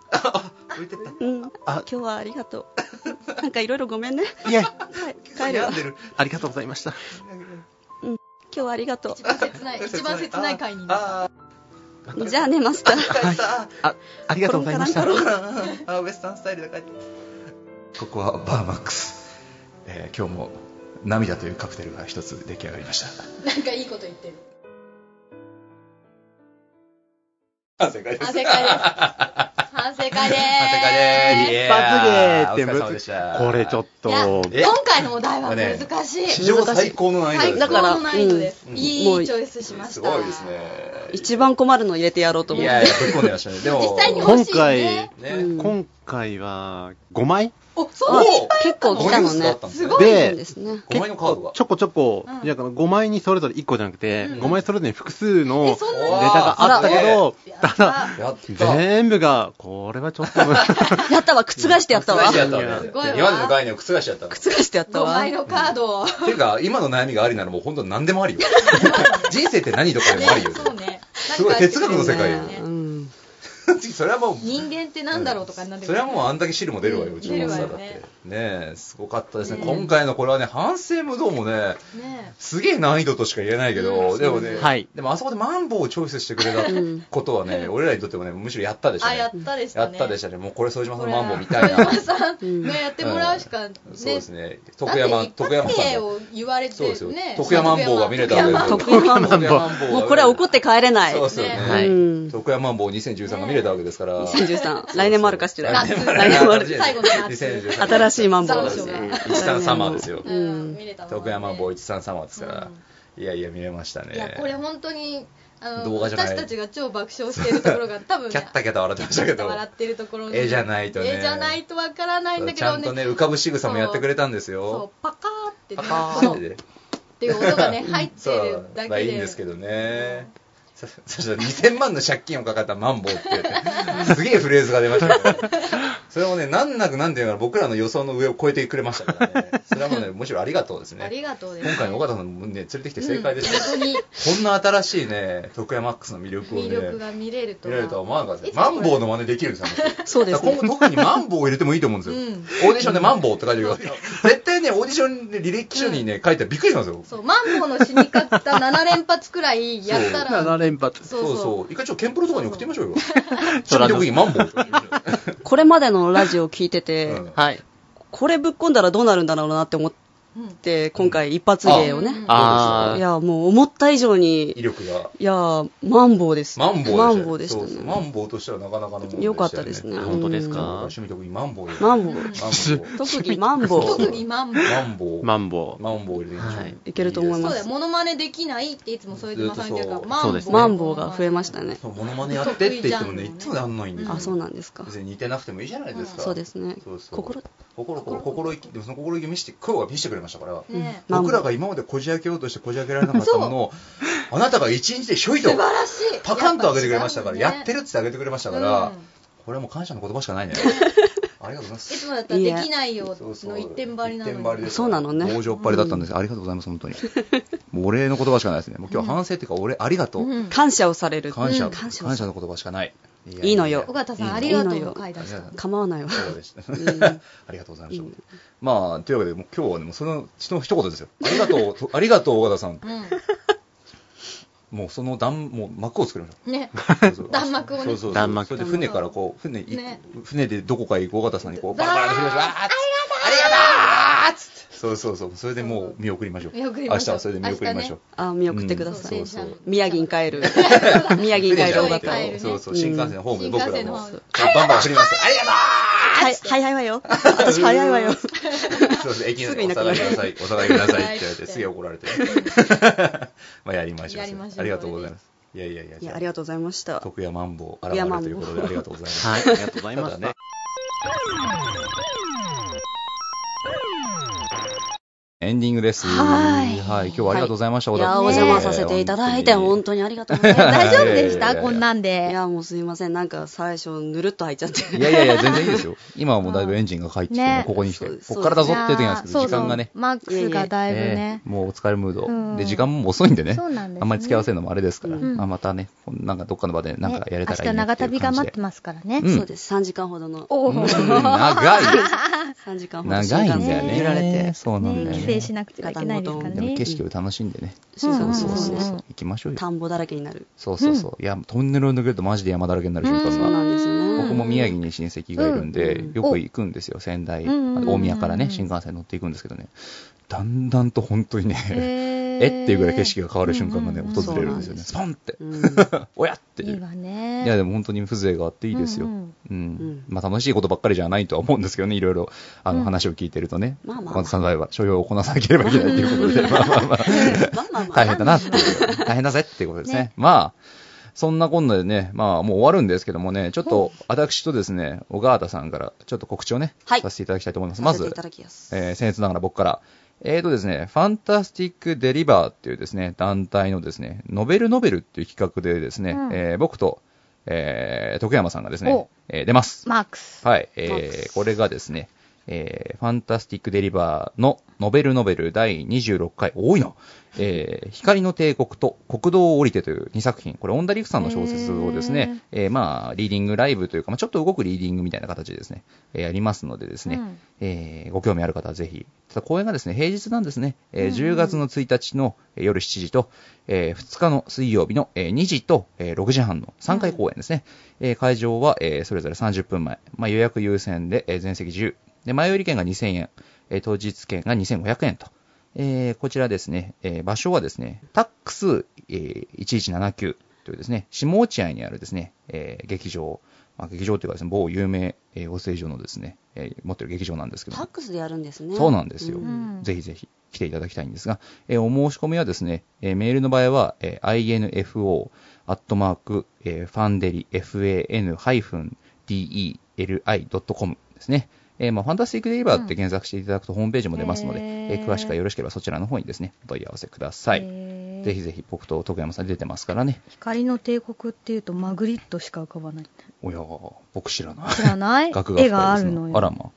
A: 浮いてった
C: うん今
D: あ
C: 日はありがとうなんかいろいろごめんね
D: いえ、
C: はい帰る
A: 悩
C: わ
A: んでる
D: ありがとうございました。
C: 今日はありがと
B: 一番 切ない、一番切ない回になる。
A: あ
C: うじゃあねマスター
A: あ帰った
D: あ、ありがとうございました。
C: コロン
A: あウエスタンスタイルだからここはバーマックス、えー今日も涙というカクテルが一つ出来上がりました
B: なんかいいこと言ってる。
A: あ正解です
B: 反省会です。反省
A: 正
B: 会です。
A: 解です
D: 一発芸って
A: いやーお疲れ様でした
D: これちょっ
B: いや
D: と、
A: え
B: 今回のお題は難しい。
A: 史上最高の難易
B: 最
A: 度です
B: 高
A: ね
C: だから
B: の難易度です。
A: うん
B: い
C: も
B: いうチョイスしました。
A: すごいですね
C: 一番困るの入れてやろうと
A: い
C: 思って
A: やいやぶっ込んでましたねでも
B: 実際に
D: ほ
B: 欲しいね。
A: ね、
C: うん
D: 今回は5枚
B: お、そんな
C: あ
B: にいっ
C: 結構来たのね
A: す
B: ご
D: い
C: そうですね
A: 5枚のカードが
D: ちょこちょこ
B: うん、
D: いや5枚にそれぞれ1個じゃなくて、
B: うん
D: 5枚それぞれに複数の
B: え
D: ネ
B: そんな
A: に
D: タがあったけど
B: ぱい、
D: ただ、
A: やった
D: 全部が、これはちょっと、
C: やったわ覆してやったわ
A: 覆して
C: 覆
A: やったわね
B: すごいわ
A: 今までの概念を覆してやったわ
C: してやった
B: 5
C: わ
B: 枚のカードを。
A: っていうか、今の悩みがありならもう本当何でもありよ。人生って何とかでもありよ。
B: そうね。
A: すごい哲学の世界よ
B: ね
C: うん
A: 次 それはもう、
B: 人間ってなんだろうとかになって
A: そ
B: く
A: れ
B: る
A: はもうあんだけ汁も出るわよ、うちのマスターだって。ねえ、すごかったですね。今回のこれはね、反省もどうもね、
B: ね
A: すげえ難易度としか言えないけど、でもね、
D: はい
A: でもあそこでマンボウをチョイスしてくれた
C: ん
A: ことはね、俺らにとってもね、むしろやったでしょ、
B: あ、
A: ね。
B: やったでした
A: や
B: ね。
A: ったでしたね。もうこれ、副島さんのマンボウみたい
B: 小
A: な
B: 山。さん
C: うん
B: がやってもらうしかね。
A: そうですね。徳山、徳山さん
B: だって一発芸
A: の。
B: を言われて
A: そうですよ
B: ね。。
A: 徳山マンボウが見れたわけですよ。
C: 徳山マンボ
A: 徳山マ
C: ウ
A: ンボウが見れた
C: もうこれは怒って帰れない
A: そうですよね。
D: はい
C: うん
A: 徳山マンボウ2013が見れたわけですから。
C: 2013来年もあるかしら
A: 来
C: 来
A: 年
C: 年
A: も
C: も
A: あ
C: あ
A: る
C: る
B: 最後の夏
A: 2013
C: 新しいマンボ
B: 残
C: ウで
B: 暑
C: す
B: が
C: ね
A: 一三サマーですよ。
B: う
C: うん
B: ん、見れたのはね
A: 徳山マンボウ一三サマーですから。いやいや、見れました
B: いや、これ
A: ね。
B: 本当に、あの、
A: 動画じゃない
B: 私たちが超爆笑してるところ が、多分、
A: キャッタキャッタ笑ってましたけど。
B: 笑ってるところに
A: 絵じゃないとね
B: 絵じゃないとわからないんだけ
A: ちゃ
B: ど
A: ん
B: ね。
A: とね、浮かぶ仕草もやってくれたんです
B: そ
A: よ。
B: う、パカーってね、
A: パカ
B: そ
A: ーン
B: うっ
A: って。
B: ていう音がね、入って
A: そ
B: る
A: う、
B: だ
A: まあ
B: け
A: いい
B: で。
A: んですけどね。そそしたら2000万の借金をかかったマンボウって言って、すげえフレーズが出ましたけど、それもね、難なくなんていうのかな僕らの予想の上を超えてくれましたからね。それはもうね、むしろありがとうです
B: あ
A: ね。
B: りがとうです。
A: 今回の尾形さんもね、連れてきて正解でしたよ。
B: 本当に
A: こんな新しいね、徳山マックスの魅力を
B: 魅力
A: ね、
B: が見れると
A: 見られ
B: は。
A: るとは思わなかったです。
B: いつも
A: マ
B: これ
A: ンボウの真似できるんですよ。
C: そうで
A: だ
C: す
A: から
C: ね
A: 今後特にマンボウを入れてもいいと思うんですよ。
B: うん
A: オーディションでマンボウって書いてるけど、絶対ね、オーディションで履歴書にね、書いたらびっくりしますよ。
B: そう、マンボウの死に方7連発くらいやった
D: 7
B: ら、
D: 連発。
B: そう
A: そう
B: そ
A: そう。一回ちょっとケンプロとかに送ってみましょう よ。
D: そうなんです
A: 特にマンボウ。
C: これまでのラジオ聞いてて
A: うん
D: はい。
C: これぶっ込んだらどうなるんだろうなって思って、今回一発芸をね。
D: あ
C: い
D: ー
C: や、もう思った以上
A: 威
C: に、
A: 力が。
C: いや、マンボウです。
A: マンボウ
C: マンボウでした
A: そうそうマ
C: ね。
A: ンボウとしてはなかなかのものでしたよね。
C: よかったですね。
D: 本当です
A: うん。
D: か
A: 趣味特にマンボウよ
C: マンボウ
A: マンボウ
C: 特技マンボ
A: そう
C: ウ。
E: 特技マンボウ。
A: マンボウ。
D: マンボウ。
A: マンボウ入れてみましょう
D: はい
C: いけると思い
E: そ
C: ま
E: う
C: す
E: だよ、モノマネできないっていつもそれでまさに言ってるから、
D: そうですね
C: マンボウが増えました
E: ね。
C: ね。
A: そうモノマネやってって言ってもね、いつもやんないんですよ。
C: あ、そうなんですか。
A: 別に似てなくてもいいじゃないですか。
C: そうですね
A: そうそう
C: 心、
A: 心、心、心意気、でもその心意気見せて、今日は見せてくれましたから、
E: ね
C: マンボウ
A: 僕らが今までこじ開けようとしてこじ開けられなかったもの を、あなたが一日でひょいと
E: 素晴、らしい。
A: パカンと上げてくれましたから、やって
E: る
A: るっつって上げてくれました
E: だ
A: から、これはもう感謝の言葉し かないね。ありがとうございま
E: い
A: す
E: つ。もだったらできないよ
A: そうそう
E: の一点張りな
A: 一点張
E: の
A: りで
E: に
A: す。
C: そうなのね
A: 棒状っぱりだったんです、ありがとうございます、本当に。もうお礼の言葉しかないですね。もう今日は反省っていうか、お礼ありがとう。
E: うん
C: 感謝をされる。
A: 感謝、
C: うん
A: 感
C: 感
A: 謝
C: 謝
A: の言葉しかない。いや
C: いいのよ
E: 尾形さ
A: いい
E: ん、
A: の
E: ありがとうの回出し
A: いや
E: た。
C: 構わないわ。
A: そうでした。
C: うん
A: ありがとうございました。
C: うん
A: まあ、というわけで、もう今日はね、もうその、その一言ですよ。ありがとう、とありがとう、尾形さん。
E: う
A: もうその弾、もう幕を作りましょ
E: ん。ね。
A: うそうそう。
E: 弾幕をね
A: そうそうそう
D: 弾幕
A: それで船からこう、船、い
E: ね
A: 船でどこかへ尾形さんにこう、バラバラで振りましょう。ありがとうありがとうつって。そうそうそう。それでもう見送りましょう。
E: 見送り
A: 明
E: ま
A: 日
E: しょう
A: はそれで見送りましょう。
C: あ、見送ってくだ
E: そう
C: さ
E: 電
C: い。
E: 車の
C: 宮城に 帰る。宮城
A: 船
C: に帰る尾
A: じゃなくて
C: 形を。
E: 帰るね
A: そうそう、新幹線のホームで僕らも、
E: 新幹線の
A: バンバン振ります。ありがとう
C: はい、早いわよ。私早いわよ。
A: そうです駅
C: すぐ
A: に
C: い
A: お
C: なく
A: 下
C: な
A: がり
C: る
A: ください、お下がりくださいって言われ
E: は
A: て、
E: い
A: すげえ怒られて。 まあやりましょう。
E: やりましょう
A: ありがとうございます。いやいやいや、
C: い
A: じ
C: や、
A: ゃ
C: ありがとうございまし
A: あ
C: た。
A: 徳山マンボウ現
C: い
A: れ
C: や
A: る
C: マン
A: と
C: ボ
A: いう
C: ウ
A: ことで、ありがとうございます。
D: はい、ありがとうござい
A: た
D: ま
A: だ
D: す
A: ね。、エンディングです。
B: はい
A: はい、今日はありがとうございました。
C: いや、お
B: ね
C: 邪魔させていただいて、本
A: 当
C: 当にありがとうご ざいま
B: 大丈夫でし
A: いやいやいやい
B: た
A: や
B: こんなん
C: す。い
B: で。
C: や、もうすいません。なんか最初、ぬるっと入っちゃって。
A: いやいやいや、全然いいですよ。今はもうだいぶエンジンが入ってきて、
B: ね
A: ここに来て、
C: そう
A: ここからだぞって言ってんですけど、
B: そう
A: 時
B: そう
A: 間がね。
B: マックスがだいぶね
A: ね。もうお疲れムード、
B: うん
A: で時間も遅いんでね
B: そうなんですね
A: あんまり付き合わせるのもあれですから、
C: うん
A: まあ、またねこんなんかどっかの場でなんかやれたらいい
B: ね明
A: な
B: 日長
A: っていう感じで、
B: 旅が待ってますからね。
A: うん
C: そうです。3時間ほどの、
B: おお、ね、
A: うん長い
C: 3時間ほどの
A: 長いんだよね
C: 揺られて。
A: そうなんだよね
B: 帰省しなくてはいけないですから
A: でも
B: ね。
A: 景色を楽しんでね、
C: そう
B: うん
A: そ
C: そ
A: う
C: う
A: そう
C: そ。
A: そうう行きましょうよ
C: 田んぼだらけになる。
A: そうそうそう、いやトンネルを抜けるとマジで山だらけになる瞬間
C: そ
A: が、
C: うなんですよね。
A: 僕も宮城に親戚がいるんで、
C: うん
A: よく行くんですよ仙台、
B: うんうんうんうん
A: 大宮からね新幹線乗っていくんですけどねだんだんと本当にね、
B: え
A: えっていうぐらい景色が変わる瞬間がね、
B: うんうんうん
A: 訪れるんですよね。スパンって、
C: うん。
A: おやって
B: いいわね。
A: いやでも本当に風情があっていいですよ。う
B: うんん
C: ん
A: まあ楽しいことばっかりじゃないとは思うんですけどね、いろいろあ
B: う
A: の
B: ん
A: 話を聞いてるとね、
C: まあまあ
A: 小松さんの場合は所要をこなさなければいけないというこ とで、まあまあまあ、
C: まあまあまあ
A: 大変だなっていう、大変だぜっていうことですね。まあ、そんなこんなでね、まあもう終わるんですけどもね、ちょっと私とですね、小川田さんからちょっと告知をね、
C: はい
A: させていただきたいと思います。ま
C: させて
A: ず
C: いた、だきます。
A: えー、僭越ながら僕から。えーとですね、ファンタスティック・デリバーっていうですね、団体のですね、ノベルノベルっていう企画でですね、
B: うん
A: えー僕と、えー、徳山さんがですね
B: お、
A: えー出ます。
B: マックス。
A: はい、
C: マッ
A: え
C: ク
A: ー、これがですね、えー、ファンタスティック・デリバーのノベルノベル第26回、多いな、えー、光の帝国と国道を降りてという2作品、これ、オンダリフさんの小説をですね、えーまあ、リーディングライブというか、まあ、ちょっと動くリーディングみたいな形でですね、えー、やりますのでですね、
B: うん
A: えーご興味ある方はぜひ、ただ公演がですね、平日なんですね、えー10月の1日のえー夜7時と、えー2日の水曜日のえー2時とえー6時半の3回公演ですね。えー会場はえーそれぞれ30分前、まあ、予約優先でえー全席自由、で前売り券が2000円、えー当日券が2500円と。えーこちらですね、えー場所はですね、タックス、えー1179というですね、下落合にあるですね、えー劇場、まあ、劇場というかですね、某有名えー養成所のですね、えー持ってる劇場なんですけど
C: タッ
A: も、
C: クスでやるんですね。
A: そうなんですよ
C: うん
A: ぜひぜひ来ていただきたいんですが、えーお申し込みはですね、えーメールの場合は、えー info、アットマーク、えーファンデリ、fan-deli.com ですね。えーまあ、ファンタスティックデリバーって検索していただくとホームページも出ますので、
B: へ
A: え
B: ー
A: ー詳しくはよろしければそちらの方にですね、お問い合わせください。
B: えー
A: ぜひぜひ僕と徳山さん出てますからね。
B: 光の帝国っていうとマグリットしか浮か ばない。
A: おやー僕知らない。
B: 知らない
A: 額
B: 絵
A: 深
B: が
A: い
B: あ
A: です
B: る
A: ね
B: のよ。
A: あらまあ。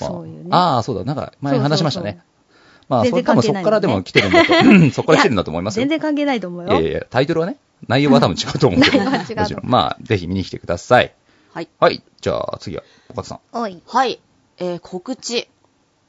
A: まあ
B: そういうね
A: ああ、そうだ。なんか前話しましたね。
B: そうそう
A: まあ、
B: 全
A: それ
B: 然
A: 多分
B: 関係
A: そこ
B: ない
A: からでも来てるんだと、そこから来てるんだと思いますよ
B: 全。然関係ないと思う
A: いやい
B: よ。
A: や、タイトルはね、内容は多分違うと思うけど。
B: 内容は違う
A: もちろん。まあ、ぜひ見に来てください。
C: はい。
A: はい。じゃあ、次は、岡田さん。
B: おい。
C: はい。えー告知。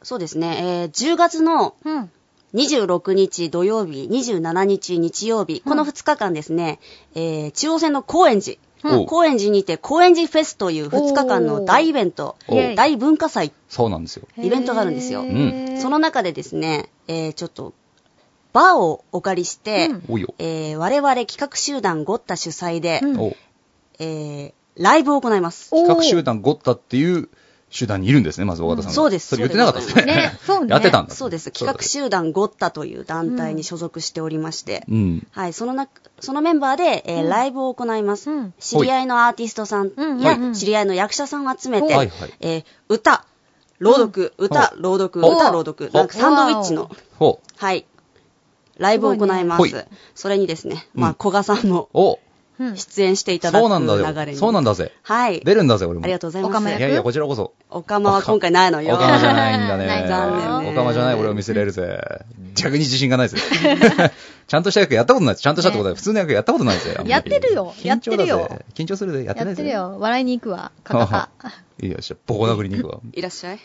C: そうですね。えー10月の
B: うん。
C: 26日土曜日、27日日曜日、この2日間ですね、えー中央線の高円寺、
A: うん
C: 高円寺にて高円寺フェスという2日間の大イベント、
A: おー
C: 大文化祭、
A: そうなんですよ。
C: イベントがあるんです
B: へ
C: よ
B: ー
A: うん
B: へー
C: その中でですね、えーちょっと、バーをお借りして、
B: うん
A: おいよ。
C: えー我々企画集団ゴッタ主催で、
B: うん
A: お
C: えーライブを行います。
B: おー
A: 企画集団ゴッタっていう集団にいるんですね、まず尾形さんが、
C: そうです
A: それ言ってなかったですね。
B: ねそう ね
A: やってたんだ。
C: そうです。企画集団ゴッタという団体に所属しておりまして、
A: うん。
C: はい、そのな、そのメンバーで、えーライブを行います、
B: うん
C: 知り合いのアーティストさん
B: うん
C: や、
B: うん
C: 知り合いの役者さんを集めて、
A: はいはい
C: えー歌、朗読、歌、朗読、
A: お
C: 歌、朗読、なんかサンドイッチの、
A: ほう。
C: はい、ライブを行いま
A: ほ
C: す。
A: い
C: それにですね、
A: うん
C: まあ、古賀さんも
A: お
B: うん
C: 出演していただ
A: そ
C: く
A: うなんだ
C: 流れ
A: よ。
C: に。
A: そうなんだぜ。
C: はい。
A: 出るんだぜ、俺も。
C: ありがとうございます。
B: お釜
A: い
B: 焼
A: やいや、こちらこそ。
C: おかまは今回ないの
A: お
C: よ。
A: かまじゃないんだね。
B: ない残
C: 念ね
A: おかまじゃない俺を見せれるぜ。逆に自信がない ぜ。ちゃんとした役やったことない。ちゃんとしたってことは、普通の役やったことないぜ。あんまり
B: やってるよ
A: 緊張だぜ
B: やってるよ
A: 緊張するぜ。やって
B: や
A: ない
B: って
A: ぜ。
B: るよ。笑いに行くわ。カカカ。
A: いいよ、じゃあ、ボコ殴りに行くわ。
C: いらっしゃい。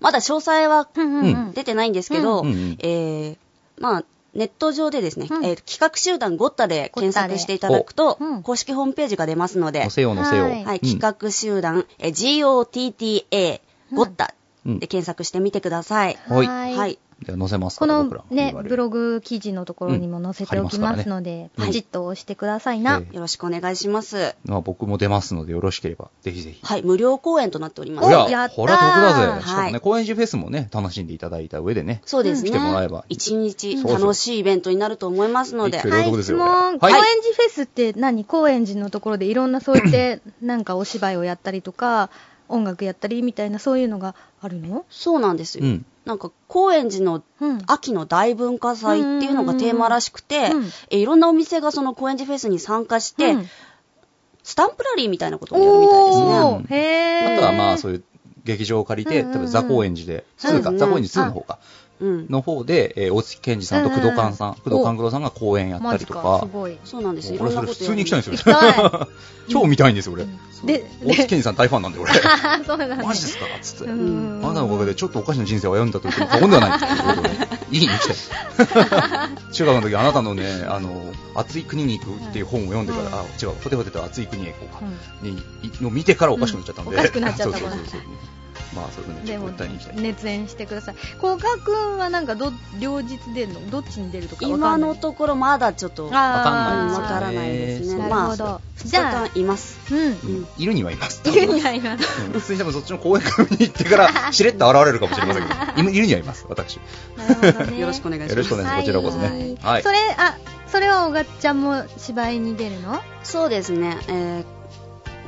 C: まだ詳細は
B: うんうんうん
C: 出てないんですけど、
A: うんうん
C: えーまあ、ネット上でですね、
B: うん
C: えー企画集団ゴッタで検
B: ゴッタで
C: 索していただくと、
B: うん
C: 公式ホームページが出ますので
A: 乗、せよう乗せよう。
B: はい
C: はい、
A: うん
C: 企画集団、えー GOTTA ゴッタ
A: うん
C: で検索してみてください。
A: はい
B: は。
C: はいい。
A: じゃあ、載せます
B: こ
A: から
B: のね、ブログ記事のところにも載せておきますので、
A: うん
B: ポ
A: 貼りますからね
B: チッと押してくださいな。
A: え
C: よろしくお願いします。
A: まあ、僕も出ますので、よろしければ、ぜひぜひ。
C: はい、無料公演となっております
A: ほ。
B: おやったー
A: ほら、得だぜ。しかも
C: は
A: ね、
C: い
A: 高円寺フェスもね、楽しんでいただいた上でね。
C: そうですね。
A: 来てもらえば
C: 一日
A: そうそう
C: 楽しいイベントになると思いますので、
A: 一挙両
B: はい
A: 得、です
B: 質
A: よ
B: 問。
A: こ
B: 高
A: れ
B: 円
A: はい
B: 寺フェスって何高円寺のところでいろんなそういって なんかお芝居をやったりとか、音楽やったりみたいなそういうのがあるの
C: そうなんですよ。
A: うん
C: なんか、高円寺の
B: うん。
C: 秋の大文化祭っていうのがテーマらしくて、
B: うん
C: えいろんなお店がその高円寺フェスに参加して、
B: うん
C: スタンプラリーみたいなことをやるみたいですね。
B: お
A: うん
B: ー、へー。
A: あとはまあ、
B: う
A: そういう劇場を借りて、
B: うんうん
A: 例
B: うん
A: えばザ・高円寺で、2
C: う
A: か、
C: ん
A: ザ・高円寺2の方か、
C: うん。
A: の方で、えー大月健二さんと工藤勘さん、
B: うん
A: 工藤勘九郎さんが公演やったりと
B: マジ
A: か
B: す。ごい。
C: そうなんですよ。いろ
A: 俺
C: ん
A: そ
C: な
A: れ
C: こ
A: 普
C: と
A: 通
C: やる
A: に行きたいんですよ
B: 行き
A: ね。
B: たい。
A: 超見たいんです、俺。
B: で、
A: 大月健二さん大ファンなんで、俺。
B: あ、 そうなんだ。
A: マジですかつ って。
B: うん
A: あなたのおかげでちょっとおかしな人生を歩んだと言っても過言では ないっていうことで、いいに来たよ。 中学の時、あなたのね、あの、熱い国に行くっていう本を読んでから、あ、違う、ホテホテと熱い国へ行こうか。に、いを見てからおかしくなっちゃったんで。
B: うんおかしくなっちゃった
A: そう そう
B: から
A: そうそう。まあ、そういうふうに、ち
B: で
A: ょっと
B: も
A: 訴えに行きたい。
B: 熱演してください。古賀くんはなんかど両日出るのどっちに出るとかわか
C: 今
B: んない
C: のところまだちょっと、
B: あ
C: わ
B: ー
A: わ
C: わからないですね。
A: そう
B: なる
C: ま
B: ほ
C: あ、
B: ど。
C: 2
B: じ
C: 日
B: ゃあ
C: 間、います。
B: うん。
A: うんいるにはいます。
B: 言うに はいます。
A: うん普通に多分そっちの公園から見に行って から、しれっと現れるかもしれませんけど、今いるにはいます、私。よ
B: なるほどね。
C: よろしくお願いします。
A: ろしくお願いします、こちらこそね。はい
B: そ。れ、あ、それはおがっちゃんも芝居に出るの
C: そうですね。えー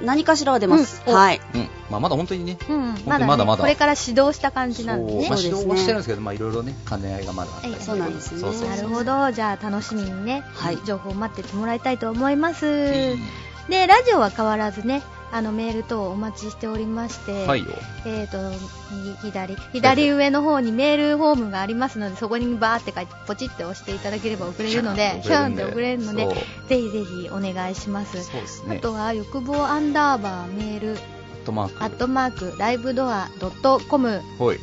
C: 何かしらは出ます。
B: うんお
C: はい。
A: うん。まあ、まだ本当にね、
B: うん
A: 当。
B: まだ、ね、
A: まだまだ
B: これから指導した感じなんで
A: そう
B: ね
A: まあ、。
C: そう
A: 指
C: です
A: 導
C: ね
A: はしてるんですけど、まあ、いろいろね、兼ね合いがまだあったり
B: はい
C: そうなんですね
A: そうそうそう
B: なるほど。じゃあ楽しみにね、
C: はい
B: 情報を待っててもらいたいと思います。
A: うん
B: で、ラジオは変わらずね、あのメール等お待ちしておりまして、
A: はいよ。
B: えー、と右左左上の方にメールフォームがありますのでそこにバーって書いてポチって押していただければ送れるの で
A: シ
B: ヒ
A: ャ
B: ャ
A: ーンっ
B: ンってて
A: 送
B: 送
A: れ
B: れ
A: る
B: る
A: の
B: の
A: で
B: でぜひぜひお願いします、
A: そうです
B: あ
A: ね。
B: とは欲望アンダーバーメー
A: ア
B: ル
A: ットマーク。
B: アットマークライブドアドットコム
A: はい。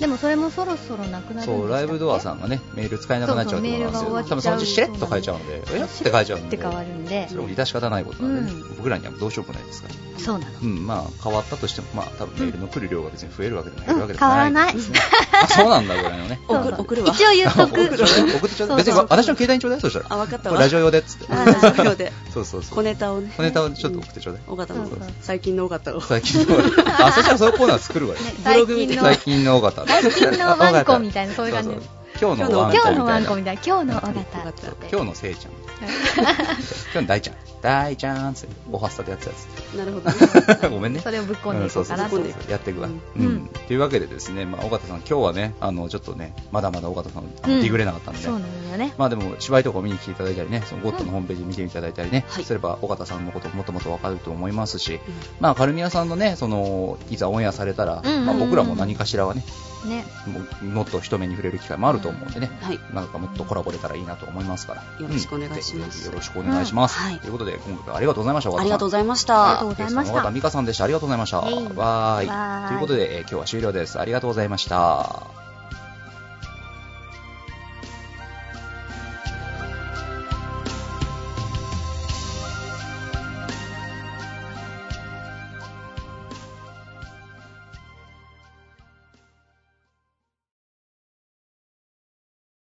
B: でもそれもそろそろなくなるんでしたっけ
A: そう、ライブドアさんがね、メール使えなくなっちゃうってことなんです
B: そうそうメールが終わっ
A: よ。
B: ち
A: 多
B: ゃう
A: 分そのうちしれっと変えちゃうので、えって変えちゃう
B: っ
A: ん
B: て
A: で。
B: 変わるんで
A: それも致し方ないことなんでね、僕らにはどうしようもないですから。
B: そうなの
A: うん、まあ、変わったとしても、まあ、多分メールの来る量が別に増えるわけでもない、
B: うん
A: わけでもないですね。あ、そうなんだぐらいのね。
C: 送
B: そう
C: る送るわ。
B: 一応言っと
A: 送っ
B: く
A: てちょうだい送ってちょうだい別に
B: そうそう
A: 私の携帯にちょうだいそしたら。
C: あ、わかった
A: こ
C: わ。
A: れラジオ用でっつって。
C: あラジオで。
A: そうそうそ
C: 小
A: う。
C: ネタをね。
A: 小ネタをちょっと送ってちょうだい。
C: 尾形の
B: そうそう
C: 最近の尾形を。
A: 最近の。あ、そしたらそういうコーナー作るわよ。
B: ね
C: ブロ
B: 最
C: グみた
B: 近
C: い
B: の
A: 最近の尾形。
B: 最近のワンコみたいなそういう感じ
A: そうそう今日のワンコみ
B: 今
A: たいな。
B: 日のワンコみたいな今日の尾形
C: 今日の
B: って
A: 今日のせいちゃん。今日の大ちゃん。大ちゃんっつって、おはスタでやってたや
C: なるほどね。
A: つ。 ごめんね。
B: それをぶっ込ん
A: う
B: で
A: ん
B: い
A: そ
B: こ
A: う
B: う
A: そ
B: か
A: うそ
B: な
A: う
B: と
A: そうやっていくわ。
B: う
A: うんん。というわけでですね、まあ、尾形さん、今日はね、あの、ちょっとね、まだまだ尾形さん、あ
B: う
A: の
B: ん
A: ディグれなかったんで。
B: そうなんだよね
A: まあでも芝居とか見に来ていただいたりね、そのゴッドのホームページ見ていただいたりね、
C: はい
A: すれば尾形さんのこともっともっとわかると思いますし、まあカルミナさんのね、そのいざオンエアされたら、
B: うんうんうん
A: まあ僕らも何かしらはね、
B: ね
A: もうもっと人目に触れる機会もあると思うんでね、
C: はい。
A: なんかもっとコラボれたらいいなと思いますから、
C: よろしくお願いしま
A: ぜ
C: す
A: ひぜひよろしくお願いします。
C: うんはい
A: ということで今回はありがとうございました。
C: ありがとうご
A: う
C: ざいまし
B: ありが
C: た
B: とう。ございまし
A: 尾形
B: た
A: 美香さんでした。ありがとうございました。
B: えい
A: わーい。
B: わーい
A: ということで、えー今日は終了です。ありがとうございました。